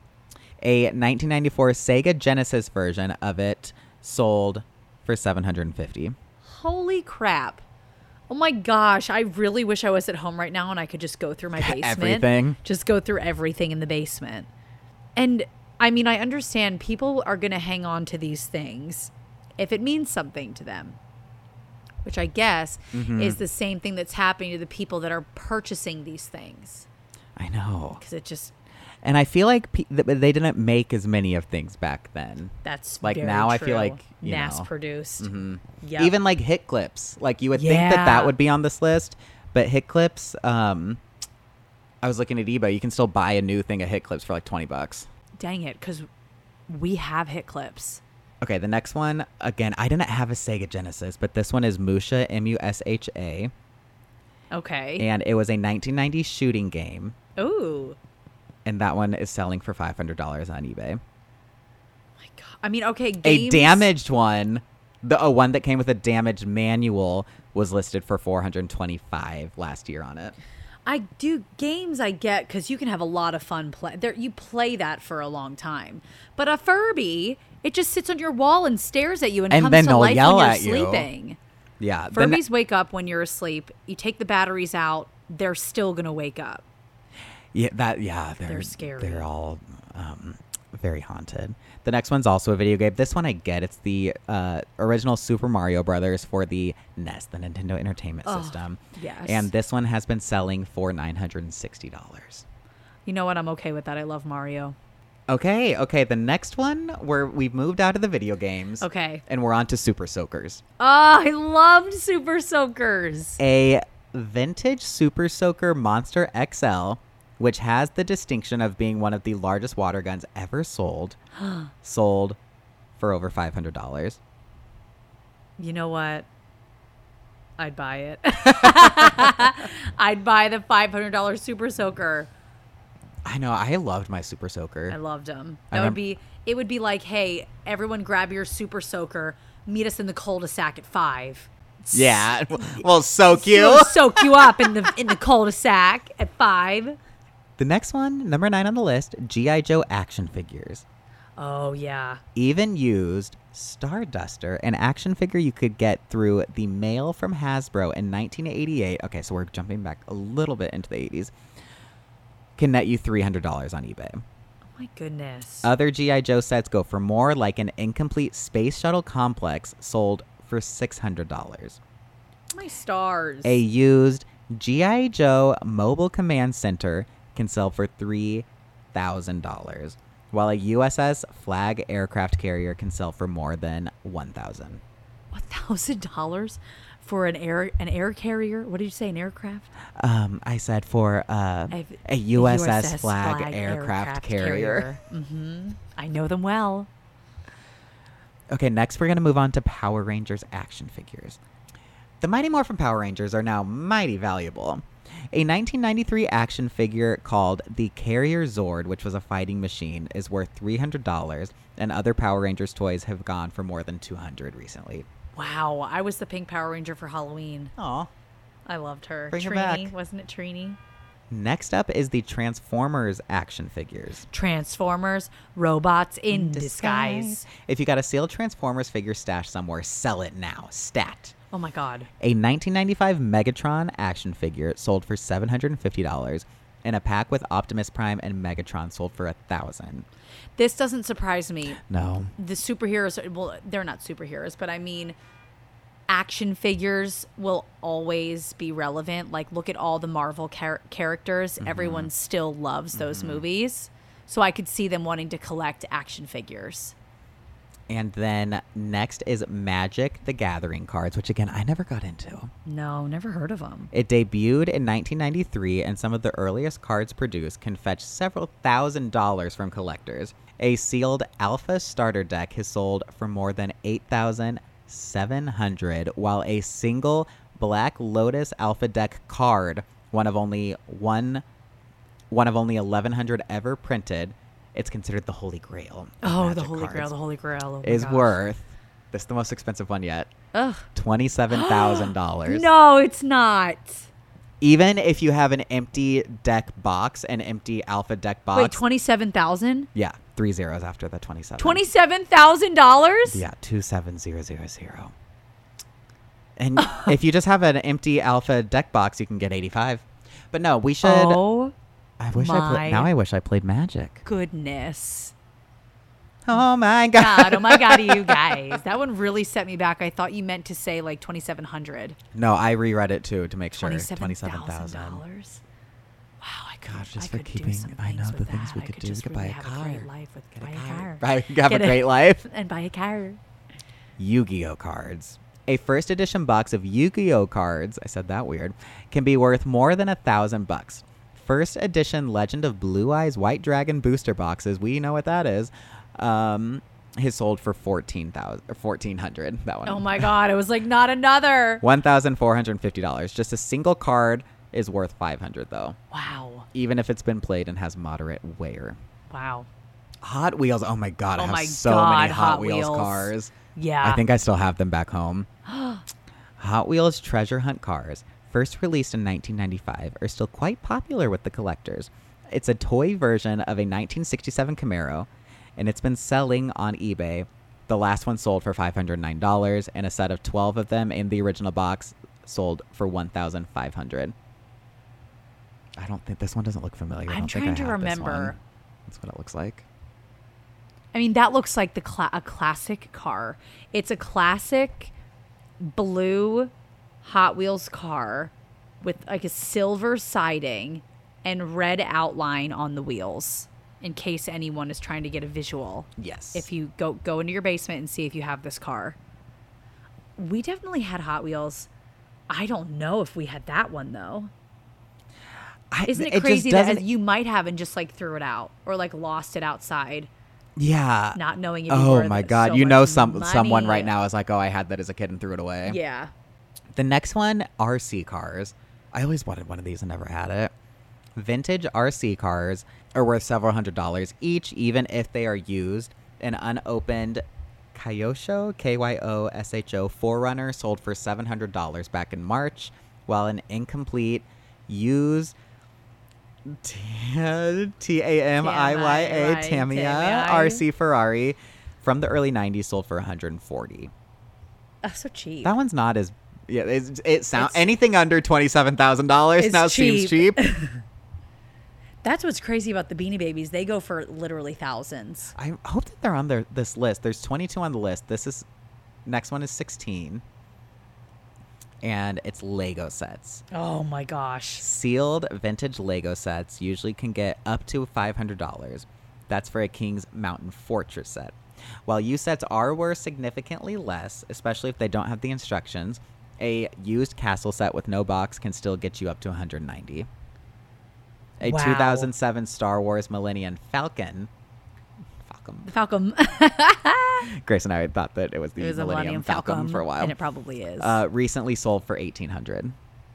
[SPEAKER 1] A 1994 Sega Genesis version of it sold for 750.
[SPEAKER 2] Holy crap. Oh my gosh, I really wish I was at home right now and I could just go through my basement.
[SPEAKER 1] Everything.
[SPEAKER 2] Just go through everything in the basement. And I mean, I understand people are going to hang on to these things if it means something to them, which I guess
[SPEAKER 1] Mm-hmm.
[SPEAKER 2] is the same thing that's happening to the people that are purchasing these things
[SPEAKER 1] I know.
[SPEAKER 2] because it just
[SPEAKER 1] And I feel like pe- th- they didn't make as many of things back then.
[SPEAKER 2] that's
[SPEAKER 1] Like,
[SPEAKER 2] very
[SPEAKER 1] now I feel
[SPEAKER 2] true.
[SPEAKER 1] like, you know. Mm-hmm.
[SPEAKER 2] mass produced. Yeah.
[SPEAKER 1] Even like hit clips. Like you would think that
[SPEAKER 2] Yeah.
[SPEAKER 1] that would be on this list, but hit clips um I was looking at eBay, you can still buy a new thing of hit clips for like 20 bucks.
[SPEAKER 2] dang it, because we have hit clips.
[SPEAKER 1] Okay, the next one again, I didn't have a Sega Genesis, but this one is Musha M U S H A,
[SPEAKER 2] Okay.
[SPEAKER 1] and it was a 1990 shooting game,
[SPEAKER 2] Ooh.
[SPEAKER 1] and that one is selling for $500 on eBay.
[SPEAKER 2] My God. I mean, okay,
[SPEAKER 1] A
[SPEAKER 2] games.
[SPEAKER 1] damaged one, the oh, one that came with a damaged manual was listed for 425 last year on it.
[SPEAKER 2] I do games. I get because you can have a lot of fun play. There, you play that for a long time. But a Furby, it just sits on your wall and stares at you and,
[SPEAKER 1] And
[SPEAKER 2] comes
[SPEAKER 1] then
[SPEAKER 2] to
[SPEAKER 1] they'll
[SPEAKER 2] life
[SPEAKER 1] yell
[SPEAKER 2] when
[SPEAKER 1] at you.
[SPEAKER 2] you're sleeping.
[SPEAKER 1] Yeah, the ne-
[SPEAKER 2] Furbies wake up when you're asleep. You take the batteries out, they're still gonna wake up.
[SPEAKER 1] Yeah, that yeah, they're,
[SPEAKER 2] scary.
[SPEAKER 1] They're all um, very haunted. The next one's also a video game. This one I get. It's the uh, original Super Mario Brothers for the NES, the Nintendo Entertainment
[SPEAKER 2] Oh,
[SPEAKER 1] System.
[SPEAKER 2] yes.
[SPEAKER 1] And this one has been selling for nine hundred and sixty dollars.
[SPEAKER 2] You know what? I'm okay with that. I love Mario.
[SPEAKER 1] Okay, okay. The next one where we've moved out of the video games.
[SPEAKER 2] Okay.
[SPEAKER 1] And we're on to Super Soakers.
[SPEAKER 2] Oh, I loved Super Soakers.
[SPEAKER 1] a vintage Super Soaker Monster XL, which has the distinction of being one of the largest water guns ever sold, sold for over five hundred dollars.
[SPEAKER 2] You know what? I'd buy it. I'd buy the $500 Super Soaker.
[SPEAKER 1] I know. I loved my Super
[SPEAKER 2] I
[SPEAKER 1] Soaker.
[SPEAKER 2] loved them.
[SPEAKER 1] I
[SPEAKER 2] That would
[SPEAKER 1] remem-
[SPEAKER 2] be it would be like, "Hey, everyone grab your Super Soaker. Meet us in the cul-de-sac at 5."
[SPEAKER 1] yeah. Well, so
[SPEAKER 2] We'll
[SPEAKER 1] cute.
[SPEAKER 2] soak you up in the in the cul-de-sac at 5.
[SPEAKER 1] The next one, number nine on the list, GI Joe action figures.
[SPEAKER 2] Oh yeah.
[SPEAKER 1] Even used Starduster, an action figure you could get through the mail from Hasbro in 1988. Okay, so we're jumping back a little bit into the 80s. Can net you $300 on eBay.
[SPEAKER 2] Oh my goodness.
[SPEAKER 1] Other G.I. Joe sets go for more, like an incomplete space shuttle complex sold for $600.
[SPEAKER 2] my stars.
[SPEAKER 1] A used G.I. Joe Mobile Command Center can sell for $3,000, while a USS flag aircraft carrier can sell for more than 1000
[SPEAKER 2] $1000 for an air an air carrier? What did you say an aircraft?
[SPEAKER 1] um, I said for uh,
[SPEAKER 2] I've-
[SPEAKER 1] a USS, flag, aircraft, carrier.
[SPEAKER 2] hmm I know them well.
[SPEAKER 1] Okay, next we're going to move on to Power Rangers action figures. The Mighty Morphin Power Rangers are now mighty valuable. A 1993 action figure called the Carrier Zord, which was a fighting machine, is worth $300, and other Power Rangers toys have gone for more than 200 recently.
[SPEAKER 2] Wow, I was the pink Power Ranger for Halloween.
[SPEAKER 1] Aw.
[SPEAKER 2] I loved her.
[SPEAKER 1] Bring her
[SPEAKER 2] Trini,
[SPEAKER 1] back.
[SPEAKER 2] wasn't it Trini?
[SPEAKER 1] Next up is the Transformers action figures.
[SPEAKER 2] Transformers, robots in disguise.
[SPEAKER 1] If you got a sealed Transformers figure stashed somewhere, sell it now. Stat.
[SPEAKER 2] Oh my god.
[SPEAKER 1] A 1995 Megatron action figure sold for $750, and a pack with Optimus Prime and Megatron sold for 1000
[SPEAKER 2] This doesn't surprise me.
[SPEAKER 1] No.
[SPEAKER 2] The superheroes, well, they're not superheroes, but I mean, action figures will always be relevant. Like, look at all the Marvel char- characters.
[SPEAKER 1] Mm-hmm.
[SPEAKER 2] Everyone still loves those movies. So I could see them wanting to collect action figures.
[SPEAKER 1] And then next is Magic the Gathering cards, which again, I never got into.
[SPEAKER 2] No, never heard of them.
[SPEAKER 1] It debuted in 1993, and some of the earliest cards produced can fetch several thousand dollars from collectors. A sealed Alpha starter deck has sold for more than 8,700, while a single Black Lotus Alpha deck card, one of only one, one of only 1,100 ever printed, it's considered the holy grail. of
[SPEAKER 2] Oh, the
[SPEAKER 1] Magic
[SPEAKER 2] Holy
[SPEAKER 1] cards,
[SPEAKER 2] Grail, the Holy Grail. Oh my
[SPEAKER 1] is
[SPEAKER 2] gosh.
[SPEAKER 1] worth. This is the most expensive one yet.
[SPEAKER 2] Ugh.
[SPEAKER 1] Twenty-seven thousand dollars
[SPEAKER 2] No, it's not.
[SPEAKER 1] even if you have an empty deck box, an empty alpha deck box.
[SPEAKER 2] Wait, twenty-seven thousand.
[SPEAKER 1] yeah, three zeros after the 27.
[SPEAKER 2] Twenty-seven thousand dollars.
[SPEAKER 1] Yeah, 27000. And if you just have an empty alpha deck box, you can get 85. But no, we should.
[SPEAKER 2] Oh
[SPEAKER 1] I wish I
[SPEAKER 2] my-
[SPEAKER 1] played. Now I wish I played Magic.
[SPEAKER 2] goodness.
[SPEAKER 1] Oh my God.
[SPEAKER 2] God, oh my God, you guys. That one really set me back. I thought you meant to say like twenty-seven hundred.
[SPEAKER 1] No, I reread it too to make sure.
[SPEAKER 2] Twenty-seven thousand
[SPEAKER 1] 27000
[SPEAKER 2] dollars. Wow, I could.
[SPEAKER 1] Gosh, just
[SPEAKER 2] I
[SPEAKER 1] for
[SPEAKER 2] could do
[SPEAKER 1] keeping-
[SPEAKER 2] some
[SPEAKER 1] I know,
[SPEAKER 2] with
[SPEAKER 1] the things
[SPEAKER 2] that.
[SPEAKER 1] we
[SPEAKER 2] I
[SPEAKER 1] could
[SPEAKER 2] could
[SPEAKER 1] do. We
[SPEAKER 2] just
[SPEAKER 1] could buy
[SPEAKER 2] really
[SPEAKER 1] a
[SPEAKER 2] have a great
[SPEAKER 1] car.
[SPEAKER 2] life with
[SPEAKER 1] Get a
[SPEAKER 2] buy
[SPEAKER 1] car.
[SPEAKER 2] a car.
[SPEAKER 1] Right, have a
[SPEAKER 2] Get
[SPEAKER 1] great life.
[SPEAKER 2] and buy a car.
[SPEAKER 1] Yu Gi Oh cards. A first edition box of Yu Gi Oh cards, I said that weird, can be worth more than a thousand bucks. First edition Legend of Blue Eyes White Dragon booster boxes, we know what that is, um, has sold for 14,000 or 1400 That one.
[SPEAKER 2] Oh my God, it was like not another.
[SPEAKER 1] $1,450. Just a single card is worth 500 though,
[SPEAKER 2] Wow,
[SPEAKER 1] even if it's been played and has moderate wear.
[SPEAKER 2] wow.
[SPEAKER 1] Hot Wheels, oh my God, I
[SPEAKER 2] Oh
[SPEAKER 1] have
[SPEAKER 2] my
[SPEAKER 1] so
[SPEAKER 2] God,
[SPEAKER 1] many Hot,
[SPEAKER 2] Hot
[SPEAKER 1] Wheels
[SPEAKER 2] Wheels.
[SPEAKER 1] cars.
[SPEAKER 2] Yeah.
[SPEAKER 1] I think I still have them back home. Hot Wheels Treasure Hunt cars, first released in 1995, are still quite popular with the collectors. It's a toy version of a 1967 Camaro, and it's been selling on eBay. The last one sold for $509, and a set of 12 of them in the original box sold for 1500 I don't think this one doesn't look familiar. I
[SPEAKER 2] I'm
[SPEAKER 1] don't think I
[SPEAKER 2] trying to
[SPEAKER 1] have this
[SPEAKER 2] remember.
[SPEAKER 1] one. That's what it looks like.
[SPEAKER 2] I mean, that looks like the cla- a classic car. It's a classic blue Hot Wheels car with like a silver siding and red outline on the wheels. In case anyone is trying to get a visual,
[SPEAKER 1] Yes.
[SPEAKER 2] if you go go into your basement and see if you have this car. We definitely had Hot Wheels. I don't know if we had that one though.
[SPEAKER 1] I-
[SPEAKER 2] Isn't it,
[SPEAKER 1] just
[SPEAKER 2] crazy that as
[SPEAKER 1] doesn't-
[SPEAKER 2] you might have and just like threw it out or like lost it outside,
[SPEAKER 1] yeah.
[SPEAKER 2] not knowing if you
[SPEAKER 1] Oh
[SPEAKER 2] were
[SPEAKER 1] my
[SPEAKER 2] the-
[SPEAKER 1] god,
[SPEAKER 2] so
[SPEAKER 1] you know
[SPEAKER 2] much
[SPEAKER 1] some someone
[SPEAKER 2] money.
[SPEAKER 1] right now is like, "Oh, I had that as a kid and threw it away."
[SPEAKER 2] Yeah.
[SPEAKER 1] The next one, RC cars. I always wanted one of these and never had it. Vintage RC cars are worth several hundred dollars each, even if they are used. An unopened Kyosho, K Y O S H O, Forerunner sold for $700 back in March, while an incomplete used T A M I Y A Tamiya
[SPEAKER 2] Tamiya.
[SPEAKER 1] RC Ferrari from the early 90s sold for 140
[SPEAKER 2] Oh, so cheap.
[SPEAKER 1] that one's not as yeah. It, it sounds
[SPEAKER 2] It's-
[SPEAKER 1] anything under twenty seven thousand dollars
[SPEAKER 2] It's
[SPEAKER 1] now seems cheap.
[SPEAKER 2] That's what's crazy about the Beanie Babies. They go for literally thousands.
[SPEAKER 1] I hope that they're on their this list. There's twenty two on the list. This is next one is sixteen, and it's Lego sets.
[SPEAKER 2] Oh my gosh.
[SPEAKER 1] Sealed vintage Lego sets usually can get up to $500. That's for a King's Mountain Fortress set. While used sets are worth significantly less, especially if they don't have the instructions, a used castle set with no box can still get you up to 190. A
[SPEAKER 2] Wow.
[SPEAKER 1] 2007 Star Wars Millennium Falcon. Falcon.
[SPEAKER 2] The Falcon.
[SPEAKER 1] Grace and I thought that it was the
[SPEAKER 2] it was a
[SPEAKER 1] Millennium,
[SPEAKER 2] Millennium
[SPEAKER 1] Falcon,
[SPEAKER 2] Falcon,
[SPEAKER 1] for a while.
[SPEAKER 2] and it probably is.
[SPEAKER 1] uh, recently sold for 1800.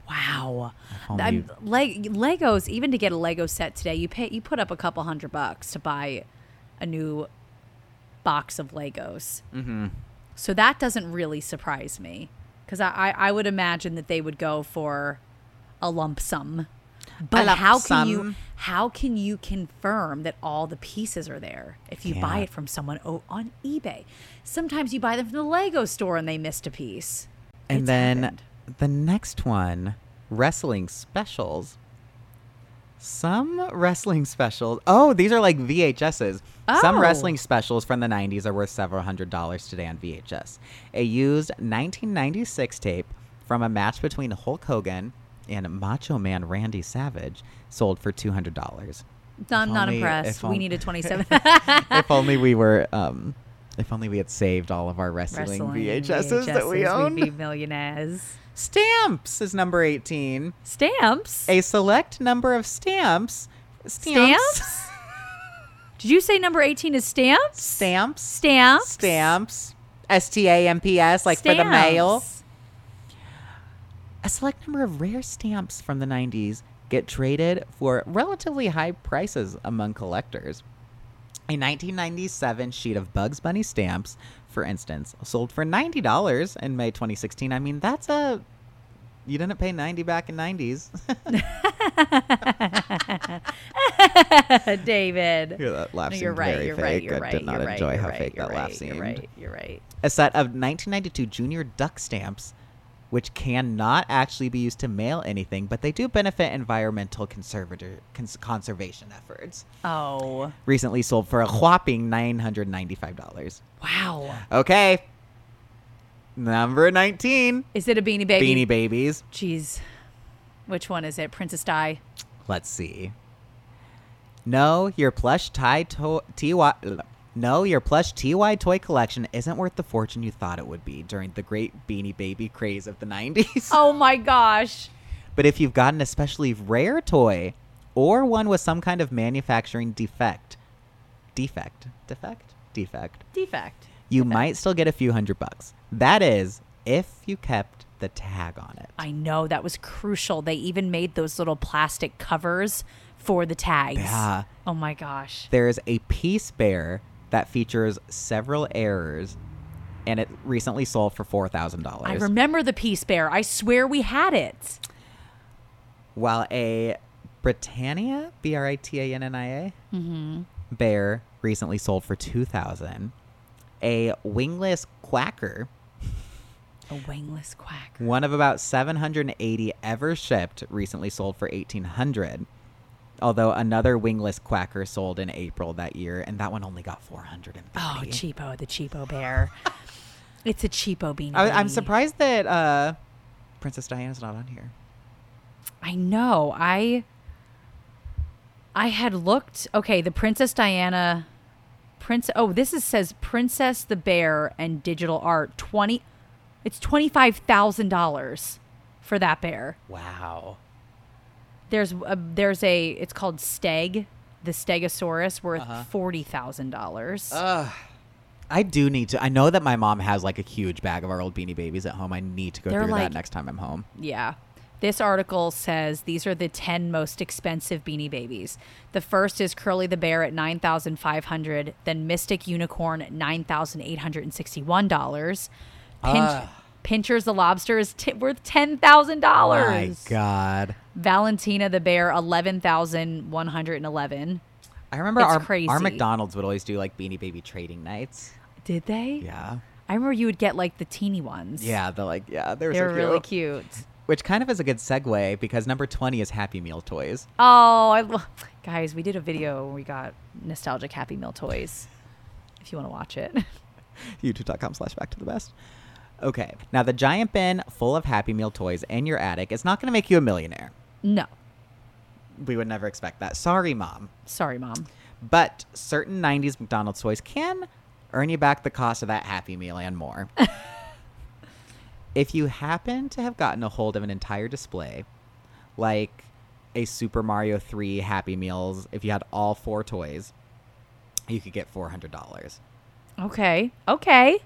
[SPEAKER 2] wow.
[SPEAKER 1] only-
[SPEAKER 2] I'm, Leg- Legos. Even to get a Lego set today, you pay you put up a couple hundred bucks to buy a new box of Legos. Mm-hmm. So that doesn't really surprise me because I, I I would imagine that they would go for a lump sum. But
[SPEAKER 1] lump
[SPEAKER 2] how can you
[SPEAKER 1] sum.
[SPEAKER 2] how can you confirm that all the pieces are there if you buy
[SPEAKER 1] Yeah.
[SPEAKER 2] it from someone o- on eBay? Sometimes you buy them from the Lego store and they missed a piece.
[SPEAKER 1] And
[SPEAKER 2] It's
[SPEAKER 1] then
[SPEAKER 2] happened.
[SPEAKER 1] the next one, wrestling specials. Some wrestling specials. Oh, these are like VHSs. Some
[SPEAKER 2] Oh.
[SPEAKER 1] wrestling specials from the 90s are worth several hundred dollars today on VHS. A used 1996 tape from a match between Hulk Hogan and Macho Man Randy Savage sold for $200.
[SPEAKER 2] No, I'm
[SPEAKER 1] If
[SPEAKER 2] not
[SPEAKER 1] only-
[SPEAKER 2] impressed.
[SPEAKER 1] if
[SPEAKER 2] We
[SPEAKER 1] on-
[SPEAKER 2] need a 27
[SPEAKER 1] if only we were um if only we had saved all of our wrestling,
[SPEAKER 2] wrestling
[SPEAKER 1] VHSs, that we
[SPEAKER 2] VHSs,
[SPEAKER 1] own.
[SPEAKER 2] We'd be millionaires.
[SPEAKER 1] Stamps is number 18.
[SPEAKER 2] Stamps.
[SPEAKER 1] a select number of stamps. Stamps.
[SPEAKER 2] Stamps? Did you say number 18 is stamps?
[SPEAKER 1] Stamps.
[SPEAKER 2] Stamps.
[SPEAKER 1] Stamps. S T A M P S, like for the mail.
[SPEAKER 2] Stamps.
[SPEAKER 1] A select number of rare stamps from the 90s get traded for relatively high prices among collectors. A 1997 sheet of Bugs Bunny stamps, for instance, sold for $90 in May 2016. I mean, that's a. You didn't pay 90 back in 90s.
[SPEAKER 2] David.
[SPEAKER 1] Yeah, that laugh
[SPEAKER 2] No, you're
[SPEAKER 1] seemed
[SPEAKER 2] right.
[SPEAKER 1] very
[SPEAKER 2] You're right.
[SPEAKER 1] fake.
[SPEAKER 2] You're
[SPEAKER 1] I
[SPEAKER 2] right.
[SPEAKER 1] did not
[SPEAKER 2] you're right,
[SPEAKER 1] enjoy
[SPEAKER 2] you're
[SPEAKER 1] how
[SPEAKER 2] right,
[SPEAKER 1] fake
[SPEAKER 2] you're
[SPEAKER 1] that laugh
[SPEAKER 2] right,
[SPEAKER 1] seemed.
[SPEAKER 2] You're right. You're right.
[SPEAKER 1] a set of 1992 junior duck stamps which cannot actually be used to mail anything but they do benefit environmental conservator cons- conservation efforts
[SPEAKER 2] Oh.
[SPEAKER 1] recently sold for a whopping $995
[SPEAKER 2] Wow.
[SPEAKER 1] okay number 19
[SPEAKER 2] Is it a beanie baby?
[SPEAKER 1] beanie babies
[SPEAKER 2] Jeez. Which one is it? Princess Di.
[SPEAKER 1] let's see no your plush tie to- ty no, your plush TY toy collection isn't worth the fortune you thought it would be during the great Beanie Baby craze of the 90s.
[SPEAKER 2] Oh my gosh.
[SPEAKER 1] But if you've got an especially rare toy or one with some kind of manufacturing defect, defect, defect, defect,
[SPEAKER 2] Defect.
[SPEAKER 1] you might still get a few hundred bucks. That is, if you kept the tag on it.
[SPEAKER 2] I know that was crucial. They even made those little plastic covers for the tags.
[SPEAKER 1] Yeah.
[SPEAKER 2] Oh my gosh.
[SPEAKER 1] There is a piece bear that features several errors and it recently sold for $4,000.
[SPEAKER 2] I remember the Peace Bear. I swear we had it.
[SPEAKER 1] while a Britannia B R I T A N N I A bear recently sold for two thousand. A wingless quacker,
[SPEAKER 2] A wingless quack.
[SPEAKER 1] one of about seven hundred and eighty ever shipped, recently sold for eighteen hundred. Although another wingless quacker sold in April that year, and that one only got 450.
[SPEAKER 2] Oh, cheapo, the cheapo bear. it's a cheapo beanie.
[SPEAKER 1] I, I'm
[SPEAKER 2] Baby.
[SPEAKER 1] surprised that uh, Princess Diana's not on here.
[SPEAKER 2] I know. I I had looked. Okay, the Princess Diana Prince Oh, this is says Princess the Bear and Digital Art 20 It's $25,000 for that bear.
[SPEAKER 1] Wow.
[SPEAKER 2] There's a, there's a it's called Steg, the Stegosaurus worth
[SPEAKER 1] Uh-huh. Uh.
[SPEAKER 2] $40,000.
[SPEAKER 1] Ugh. I do need to. I know that my mom has like a huge bag of our old beanie babies at home. I need to go
[SPEAKER 2] They're
[SPEAKER 1] through
[SPEAKER 2] like-
[SPEAKER 1] that next time I'm home.
[SPEAKER 2] Yeah. This article says these are the 10 most expensive Beanie Babies. The first is Curly the Bear at 9500 then Mystic Unicorn at $9,861. Pinch-
[SPEAKER 1] Ah.
[SPEAKER 2] Pinchers the Lobster is t- worth
[SPEAKER 1] My
[SPEAKER 2] $10,000.
[SPEAKER 1] God.
[SPEAKER 2] Valentina the Bear, 11111
[SPEAKER 1] I remember
[SPEAKER 2] It's
[SPEAKER 1] our,
[SPEAKER 2] crazy.
[SPEAKER 1] our McDonald's would always do like beanie baby trading nights.
[SPEAKER 2] Did they?
[SPEAKER 1] Yeah.
[SPEAKER 2] I remember you would get like the teeny ones.
[SPEAKER 1] Yeah, they're like, yeah, they're,
[SPEAKER 2] They
[SPEAKER 1] so
[SPEAKER 2] were really cute.
[SPEAKER 1] Which kind of is a good segue because number 20 is Happy Meal toys.
[SPEAKER 2] Oh, I lo- guys, we did a video where we got nostalgic Happy Meal toys. If you want to watch it,
[SPEAKER 1] youtube.com slash back to the best. Okay. Now, the giant bin full of Happy Meal toys in your attic is not going to make you a millionaire.
[SPEAKER 2] no,
[SPEAKER 1] We would never expect that. Sorry, mom.
[SPEAKER 2] sorry, mom.
[SPEAKER 1] But certain 90s McDonald's toys can earn you back the cost of that Happy Meal and more. if you happen to have gotten a hold of an entire display, like a Super Mario 3 Happy Meals, if you had all four toys, you could get $400.
[SPEAKER 2] Okay, okay,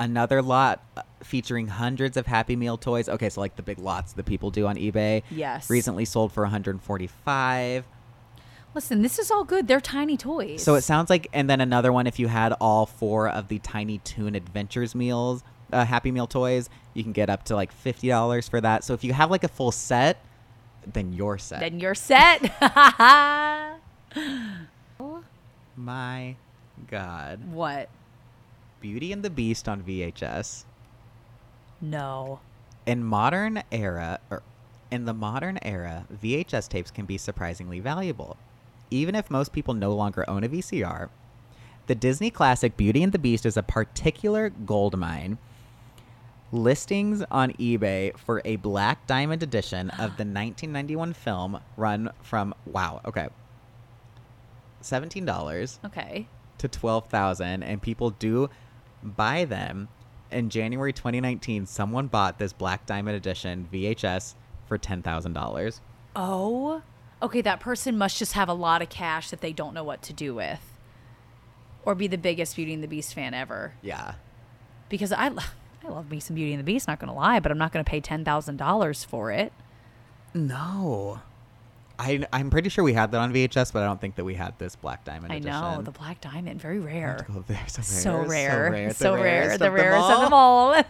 [SPEAKER 1] Another lot uh, featuring hundreds of Happy Meal toys. Okay, so like the big lots that people do on eBay.
[SPEAKER 2] yes.
[SPEAKER 1] Recently sold for 145.
[SPEAKER 2] Listen, this is all good. They're tiny toys.
[SPEAKER 1] So it sounds like, and then another one. If you had all four of the Tiny Toon Adventures meals, uh, Happy Meal toys, you can get up to like fifty dollars for that. So if you have like a full set, then your set.
[SPEAKER 2] then you're set.
[SPEAKER 1] My God,
[SPEAKER 2] what?
[SPEAKER 1] Beauty and the Beast on VHS
[SPEAKER 2] No.
[SPEAKER 1] in modern era, or in the modern era, VHS tapes can be surprisingly valuable, even if most people no longer own a VCR. The Disney classic Beauty and the Beast is a particular goldmine. Listings on eBay for a black diamond edition of the 1991 film run from wow, okay. $17
[SPEAKER 2] Okay.
[SPEAKER 1] to 12,000 and people do buy them. In January 2019, someone bought this Black Diamond Edition VHS for $10,000.
[SPEAKER 2] Oh. Okay, that person must just have a lot of cash that they don't know what to do with, or be the biggest Beauty and the Beast fan ever.
[SPEAKER 1] Yeah.
[SPEAKER 2] because I, lo- I love me some Beauty and the Beast. Not gonna lie, but I'm not gonna pay ten thousand dollars for it.
[SPEAKER 1] No. I, I'm pretty sure we had that on VHS, but I don't think that we had this Black Diamond
[SPEAKER 2] I
[SPEAKER 1] Edition.
[SPEAKER 2] know the black diamond, very rare,
[SPEAKER 1] Oh, they're so rare.
[SPEAKER 2] so
[SPEAKER 1] So
[SPEAKER 2] rare,
[SPEAKER 1] rare.
[SPEAKER 2] so
[SPEAKER 1] the
[SPEAKER 2] rare,
[SPEAKER 1] rarest
[SPEAKER 2] the
[SPEAKER 1] of
[SPEAKER 2] rarest of them all.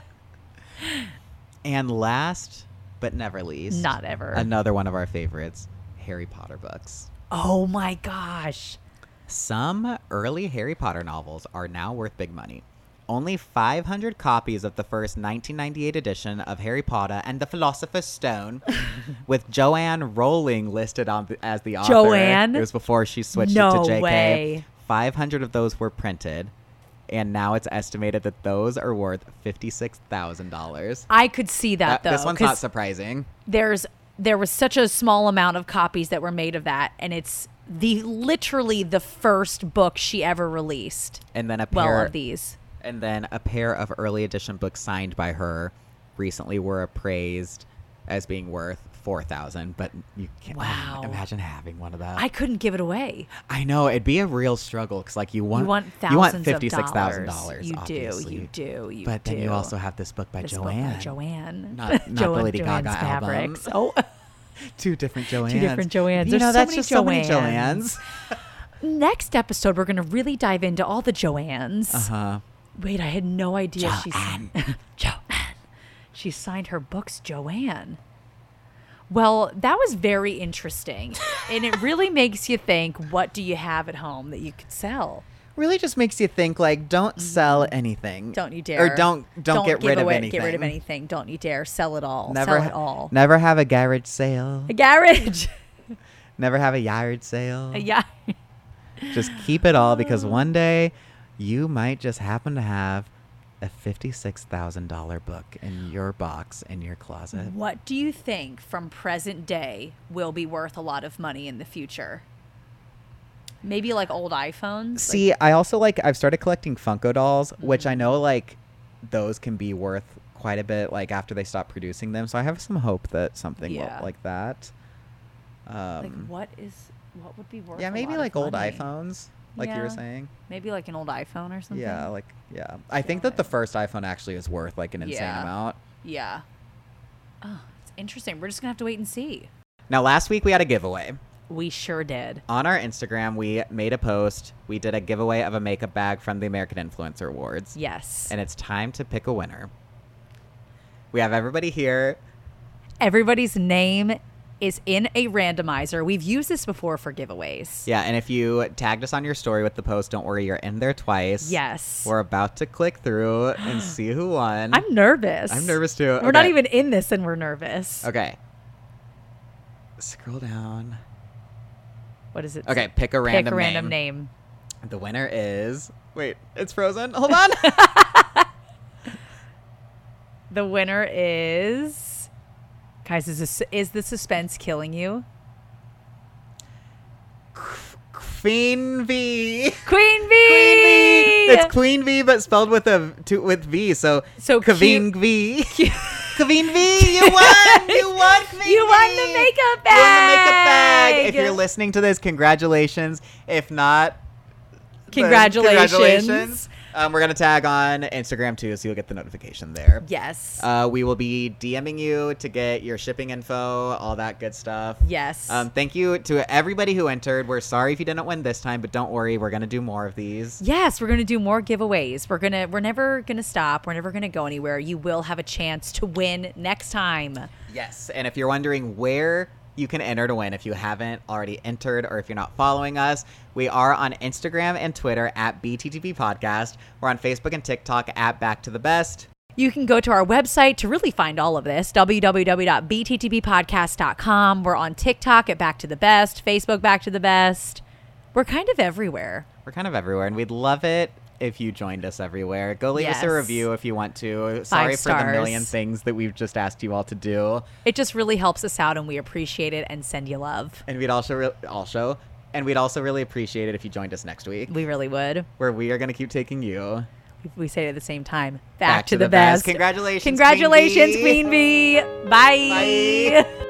[SPEAKER 1] And last but never least,
[SPEAKER 2] Not ever.
[SPEAKER 1] another one of our favorites Harry Potter books.
[SPEAKER 2] Oh my gosh!
[SPEAKER 1] Some early Harry Potter novels are now worth big money. Only 500 copies of the first 1998 edition of Harry Potter and the Philosopher's Stone, with Joanne Rowling listed on the, as the author.
[SPEAKER 2] Joanne?
[SPEAKER 1] It was before she switched
[SPEAKER 2] No
[SPEAKER 1] it to JK.
[SPEAKER 2] way.
[SPEAKER 1] 500 of those were printed, and now it's estimated that those are worth $56,000.
[SPEAKER 2] I could see
[SPEAKER 1] That-
[SPEAKER 2] that, though.
[SPEAKER 1] this one's not
[SPEAKER 2] 'cause
[SPEAKER 1] surprising.
[SPEAKER 2] there's there was such a small amount of copies that were made of that, and it's the literally the first book she ever released.
[SPEAKER 1] And then a pair
[SPEAKER 2] Well, of these.
[SPEAKER 1] And then a pair of early edition books signed by her recently were appraised as being worth 4000 but you can't
[SPEAKER 2] Wow.
[SPEAKER 1] imagine having one of those.
[SPEAKER 2] I couldn't give it away.
[SPEAKER 1] I know it'd be a real struggle cuz like you want
[SPEAKER 2] You want thousands
[SPEAKER 1] you want
[SPEAKER 2] of dollars.
[SPEAKER 1] $56,000
[SPEAKER 2] You
[SPEAKER 1] obviously.
[SPEAKER 2] do. You do. You
[SPEAKER 1] But
[SPEAKER 2] do.
[SPEAKER 1] then you also have this book by
[SPEAKER 2] This book by
[SPEAKER 1] Joanne.
[SPEAKER 2] Joanne.
[SPEAKER 1] Not- not the Lady
[SPEAKER 2] Joanne's
[SPEAKER 1] Gaga album.
[SPEAKER 2] Fabrics. Oh,
[SPEAKER 1] Two different Joannes.
[SPEAKER 2] different Joannes.
[SPEAKER 1] You
[SPEAKER 2] There's
[SPEAKER 1] know
[SPEAKER 2] so
[SPEAKER 1] that's
[SPEAKER 2] many
[SPEAKER 1] just so many
[SPEAKER 2] Joannes.
[SPEAKER 1] Joannes.
[SPEAKER 2] next episode we're gonna really dive into all the Joannes.
[SPEAKER 1] Uh-huh.
[SPEAKER 2] Wait, I had no idea she's Joanne. She signed her books Joanne. Well, that was very interesting, and it really makes you think. What do you have at home that you could sell?
[SPEAKER 1] Really just makes you think like don't sell anything.
[SPEAKER 2] Mm-hmm. Don't you dare!
[SPEAKER 1] Or don't don't, get
[SPEAKER 2] give
[SPEAKER 1] rid
[SPEAKER 2] away,
[SPEAKER 1] of anything.
[SPEAKER 2] Get rid of anything. Don't you dare sell it all.
[SPEAKER 1] Never
[SPEAKER 2] sell
[SPEAKER 1] ha-
[SPEAKER 2] it all.
[SPEAKER 1] Never have a garage sale.
[SPEAKER 2] A garage.
[SPEAKER 1] Never have a yard sale.
[SPEAKER 2] Yeah.
[SPEAKER 1] Just keep it all because
[SPEAKER 2] Oh.
[SPEAKER 1] one day you might just happen to have a $56,000 book in your box in your closet.
[SPEAKER 2] What do you think from present day will be worth a lot of money in the future? Maybe like Mm-hmm. old iPhones?
[SPEAKER 1] See, I also like I've started collecting Funko dolls, which I know like those can be worth quite a bit like after they stop producing them. So I have some hope that something
[SPEAKER 2] Yeah.
[SPEAKER 1] will, like that. Um,
[SPEAKER 2] like, like what is what would be worth
[SPEAKER 1] yeah,
[SPEAKER 2] a
[SPEAKER 1] maybe
[SPEAKER 2] lot of
[SPEAKER 1] like old
[SPEAKER 2] money?
[SPEAKER 1] iPhones, like you were
[SPEAKER 2] Yeah.
[SPEAKER 1] saying.
[SPEAKER 2] Maybe like an old iPhone or something.
[SPEAKER 1] Yeah, like yeah. I think that the first iPhone actually is worth like an insane
[SPEAKER 2] Yeah.
[SPEAKER 1] amount.
[SPEAKER 2] Yeah. Oh, it's interesting. We're just gonna have to wait and see.
[SPEAKER 1] Now last week we had a giveaway.
[SPEAKER 2] We sure did.
[SPEAKER 1] On our Instagram, we made a post. We did a giveaway of a makeup bag from the American Influencer Awards.
[SPEAKER 2] Yes.
[SPEAKER 1] And it's time to pick a winner. We have everybody here.
[SPEAKER 2] Everybody's name is in a randomizer. We've used this before for giveaways.
[SPEAKER 1] Yeah, and if you tagged us on your story with the post, don't worry, you're in there twice.
[SPEAKER 2] Yes.
[SPEAKER 1] We're about to click through and see who won.
[SPEAKER 2] I'm nervous.
[SPEAKER 1] I'm nervous too.
[SPEAKER 2] We're not
[SPEAKER 1] Okay.
[SPEAKER 2] even in this and we're nervous.
[SPEAKER 1] Okay. Scroll down.
[SPEAKER 2] What is it?
[SPEAKER 1] Okay, pick a
[SPEAKER 2] Pick
[SPEAKER 1] random
[SPEAKER 2] a random
[SPEAKER 1] name.
[SPEAKER 2] name.
[SPEAKER 1] The winner is Wait, it's frozen. Hold on.
[SPEAKER 2] The winner is. Guys, is, this, is the suspense killing you?
[SPEAKER 1] Queen V.
[SPEAKER 2] Queen
[SPEAKER 1] Queen
[SPEAKER 2] Bee!
[SPEAKER 1] V. It's Queen V, but spelled with a two, with V. So
[SPEAKER 2] So
[SPEAKER 1] Kaveen V. Kaveen V, you won. You won. Kveen
[SPEAKER 2] You won
[SPEAKER 1] V.
[SPEAKER 2] the makeup
[SPEAKER 1] You won the makeup bag.
[SPEAKER 2] bag.
[SPEAKER 1] If you're listening to this, congratulations. If not, then
[SPEAKER 2] Congratulations.
[SPEAKER 1] congratulations. Um, we're gonna tag on Instagram too, so you'll get the notification there.
[SPEAKER 2] Yes.
[SPEAKER 1] Uh, we will be DMing you to get your shipping info, all that good stuff.
[SPEAKER 2] yes.
[SPEAKER 1] Um, thank you to everybody who entered. We're sorry if you didn't win this time, but don't worry, we're gonna do more of these.
[SPEAKER 2] Yes, we're going to do more giveaways. We're going to we're never going to stop. We're never going to go anywhere. You will have a chance to win next time.
[SPEAKER 1] Yes, and if you're wondering where you can enter to win, if you haven't already entered or if you're not following us, we are on Instagram and Twitter at BTTP Podcast. We're on Facebook and TikTok at Back to the Best.
[SPEAKER 2] You can go to our website to really find all of this www.bttbpodcast.com. We're on TikTok at Back to the Best, Facebook Back to the Best. We're kind of everywhere.
[SPEAKER 1] We're kind of everywhere, and we'd love it if you joined us everywhere. Go leave us a
[SPEAKER 2] Yes.
[SPEAKER 1] review if you want to. Sorry for the
[SPEAKER 2] stars.
[SPEAKER 1] million things that we've just asked you all to do.
[SPEAKER 2] It just really helps us out and we appreciate it and send you love.
[SPEAKER 1] And we'd also re- also and we'd also really appreciate it if you joined us next week,
[SPEAKER 2] We really would.
[SPEAKER 1] where we are going to keep taking you.
[SPEAKER 2] We- We say it at the same time. Back,
[SPEAKER 1] Back
[SPEAKER 2] to, the, best.
[SPEAKER 1] Congratulations. Queen
[SPEAKER 2] Congratulations,
[SPEAKER 1] Bee.
[SPEAKER 2] Queen Bee. Bye.
[SPEAKER 1] Bye.